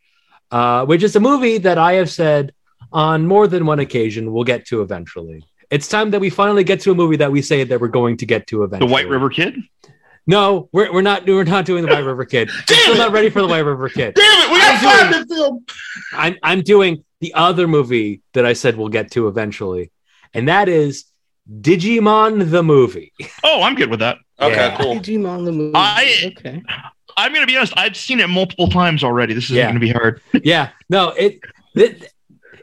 Speaker 7: uh, which is a movie that I have said on more than one occasion we'll get to eventually. It's time that we finally get to a movie that we say that we're going to get to
Speaker 6: the
Speaker 7: eventually.
Speaker 6: White River Kid?
Speaker 7: No, we're, we're not we're not doing the White River Kid. I'm still not ready for the White River Kid.
Speaker 3: Damn it, we got
Speaker 7: I'm
Speaker 3: five to film.
Speaker 7: I'm I'm doing the other movie that I said we'll get to eventually, and that is Digimon the movie.
Speaker 6: Oh, I'm good with that.
Speaker 3: Okay,
Speaker 7: Yeah.
Speaker 3: cool.
Speaker 5: Digimon the movie.
Speaker 6: I-
Speaker 5: okay.
Speaker 6: I'm going to be honest. I've seen it multiple times already. This isn't
Speaker 7: Yeah.
Speaker 6: going to be hard.
Speaker 7: yeah no it, it,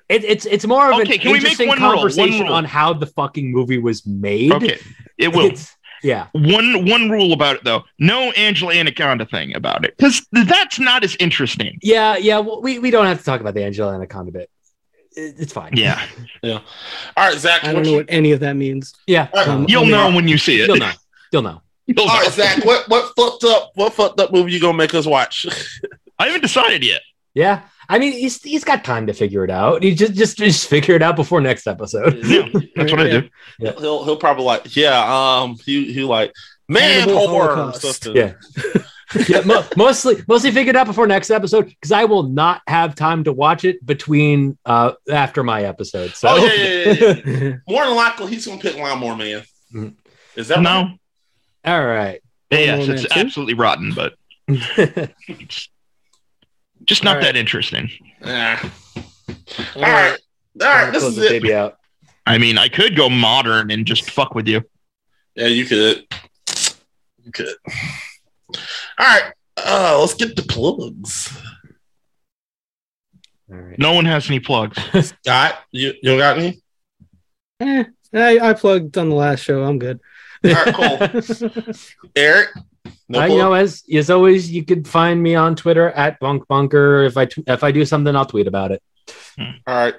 Speaker 7: it it's it's more of
Speaker 6: Okay,
Speaker 7: an
Speaker 6: can we make
Speaker 7: interesting
Speaker 6: one rule, one
Speaker 7: conversation
Speaker 6: rule?
Speaker 7: on how the fucking movie was made
Speaker 6: Okay. It will.
Speaker 7: It's- yeah
Speaker 6: One one rule about it though, no Angela Anaconda thing about it, because that's not as interesting.
Speaker 7: yeah yeah well, we we don't have to talk about the angela anaconda bit It- it's fine
Speaker 6: Yeah,
Speaker 3: All right, Zach.
Speaker 5: I
Speaker 3: what
Speaker 5: don't know
Speaker 3: you-
Speaker 5: what any of that means.
Speaker 7: yeah
Speaker 3: All right,
Speaker 5: Um,
Speaker 6: you'll know when you see it.
Speaker 7: you'll know you'll know
Speaker 6: You'll
Speaker 3: all
Speaker 6: know.
Speaker 3: right, Zach. What what fucked up? What fucked up movie you gonna make us watch?
Speaker 6: I haven't decided yet.
Speaker 7: yeah i mean he's he's got time to figure it out he just just just figure it out before next episode
Speaker 6: Yeah, that's what I do.
Speaker 3: He'll he'll probably like yeah. Um, he he like man
Speaker 5: Cannibal
Speaker 3: horror or
Speaker 5: Holocaust.
Speaker 3: something.
Speaker 7: Yeah. yeah mo- mostly mostly figure it out before next episode because i will not have time to watch it between uh after my episode so
Speaker 3: Oh yeah, yeah, yeah, yeah.
Speaker 5: All
Speaker 3: More than likely, he's gonna pick Lawnmower Man.
Speaker 7: Mhm.
Speaker 3: Is that right?
Speaker 6: No,
Speaker 7: all right
Speaker 6: yes, it's
Speaker 5: Romancing?
Speaker 6: absolutely rotten, but just not
Speaker 7: All right.
Speaker 6: that interesting.
Speaker 3: Nah. All right, all right. This is it.
Speaker 7: Baby out.
Speaker 6: I mean, I could go modern and just fuck with you.
Speaker 3: Yeah, you could. You could. All right. Uh, let's get the plugs.
Speaker 7: All right.
Speaker 6: No one has any plugs.
Speaker 3: Scott, you you got me.
Speaker 5: eh, I, I plugged on the last show. I'm good.
Speaker 3: All right, cool. Eric, no
Speaker 7: I
Speaker 3: plug?
Speaker 7: know as as always, you could find me on Twitter at Bunk Bunker. If I tw- if I do something, I'll tweet about it.
Speaker 3: All right.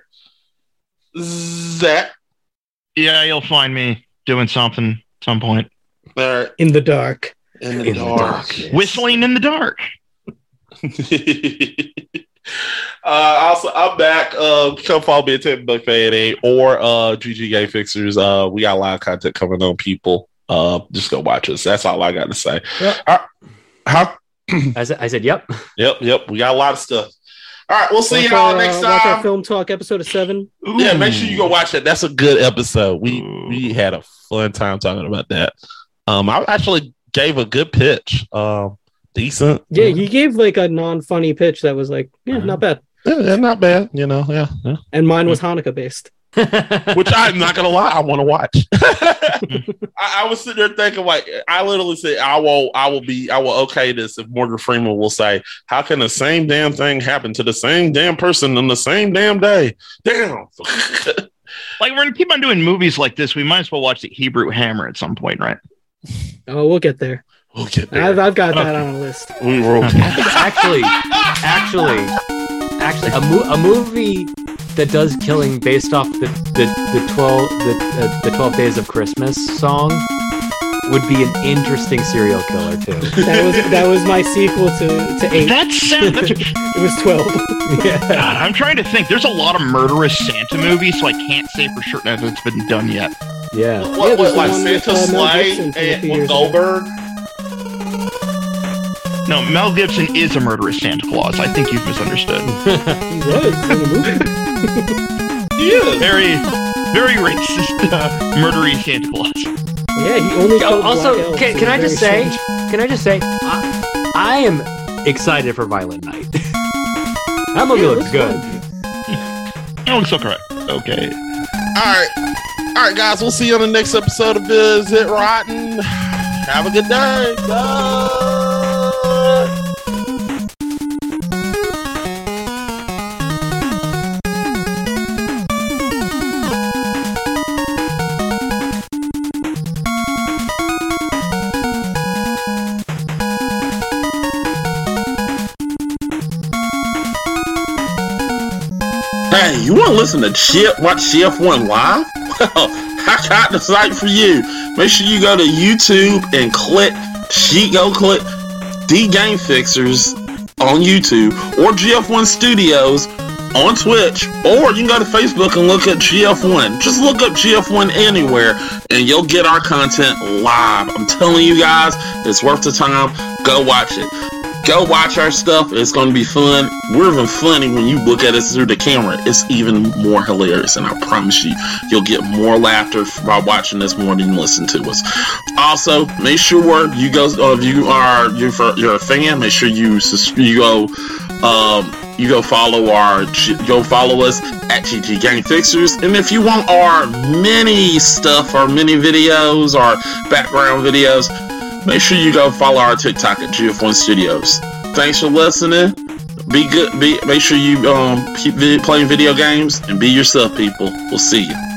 Speaker 3: Zach.
Speaker 6: Yeah, you'll find me doing something at some point.
Speaker 3: All right.
Speaker 5: In the dark.
Speaker 3: In the
Speaker 7: In the
Speaker 3: dark.
Speaker 7: dark, yes.
Speaker 6: Whistling in the dark.
Speaker 3: uh, also, I'm back. Uh, come follow me at Tim Buck Fan Eight or uh, GG Game Fixers. Uh, we got a lot of content coming on. People, uh, just go watch us. That's all I got to say.
Speaker 7: Yeah.
Speaker 3: Uh, huh?
Speaker 7: I said, I said, yep.
Speaker 3: Yep, yep. We got a lot of stuff. All right, we'll see
Speaker 5: Watch
Speaker 3: y'all
Speaker 5: our,
Speaker 3: next
Speaker 5: uh, Watch our
Speaker 3: time.
Speaker 5: film talk episode of seven.
Speaker 3: Yeah, make sure you go watch that. That's a good episode. We we had a fun time talking about that. Um, I actually gave a good pitch. Um, decent.
Speaker 5: Yeah,
Speaker 7: Mm-hmm.
Speaker 5: you gave like a non-funny pitch that was like, yeah,
Speaker 7: Uh-huh.
Speaker 5: not bad.
Speaker 3: Yeah, yeah, not bad. You know, yeah, yeah.
Speaker 5: And mine was
Speaker 7: Mm-hmm.
Speaker 5: Hanukkah based.
Speaker 3: Which I'm not gonna lie, I want to watch. I, I was sitting there thinking, like, I literally said, I will, I will be, I will okay this if Morgan Freeman will say, how can the same damn thing happen to the same damn person on the same damn day? Damn.
Speaker 6: Like we're gonna keep on doing movies like this. We might as well watch the Hebrew Hammer at some point, right?
Speaker 5: Oh, we'll get there.
Speaker 3: We'll get
Speaker 5: I've,
Speaker 3: there.
Speaker 5: I've got that on a list.
Speaker 3: We will.
Speaker 7: actually, actually, actually, a, mo- a movie that does killing based off the the, the twelve the uh, the twelve days of Christmas song would be an interesting serial killer too.
Speaker 5: That was that was my sequel to to eight.
Speaker 6: That sound. That's, God,
Speaker 5: It was twelve.
Speaker 7: yeah.
Speaker 6: I'm trying to think. There's a lot of murderous Santa movies, so I can't say for sure that it's been done yet.
Speaker 7: Yeah.
Speaker 4: What was
Speaker 5: Yeah, there's
Speaker 4: like
Speaker 5: the one with,
Speaker 4: Santa Slay
Speaker 5: uh, Mel Gibson from a
Speaker 4: and
Speaker 5: few
Speaker 4: with
Speaker 5: years ago.
Speaker 4: Goldberg?
Speaker 6: No, Mel Gibson is a murderous Santa Claus. I think you've misunderstood.
Speaker 5: He was in the movie.
Speaker 4: Yeah.
Speaker 6: Very, very racist, uh, murdery Santa Claus.
Speaker 5: Yeah, he only
Speaker 7: Oh,
Speaker 5: killed
Speaker 7: also,
Speaker 5: black elves.
Speaker 7: can-
Speaker 5: It was
Speaker 7: can I
Speaker 5: very
Speaker 7: just say-
Speaker 5: strange.
Speaker 7: Can I just say, I, I am excited for Violent Night. that movie
Speaker 5: Yeah,
Speaker 7: looks
Speaker 5: it
Speaker 7: good.
Speaker 5: fun.
Speaker 6: That looks so correct. Okay.
Speaker 4: All right. All right, guys. We'll see you on the next episode of Is It Rotten? Have a good day. Bye. Hey, you want to listen to Chip watch Chef One live? Well, I got the site for you. Make sure you go to YouTube and click she go click D Game Fixers on YouTube or GF1 Studios on Twitch, or you can go to Facebook and look up GF1. Just look up GF1 anywhere, and you'll get our content live. I'm telling you guys, it's worth the time. Go watch it go watch our stuff. It's going to be fun. We're even funny when you look at us through the camera. It's even more hilarious, and I promise you, you'll get more laughter f- by watching this more than you listen to us. Also, make sure you go uh, if you are you for you're a fan, make sure you sus- you go. Um, you go follow our G- go follow us at GG Gang Fixers, and if you want our mini stuff, our mini videos, our background videos, make sure you go follow our TikTok at GF1 Studios. Thanks for listening. Be good. Be make sure you um keep vi- playing video games and be yourself, people. We'll see you.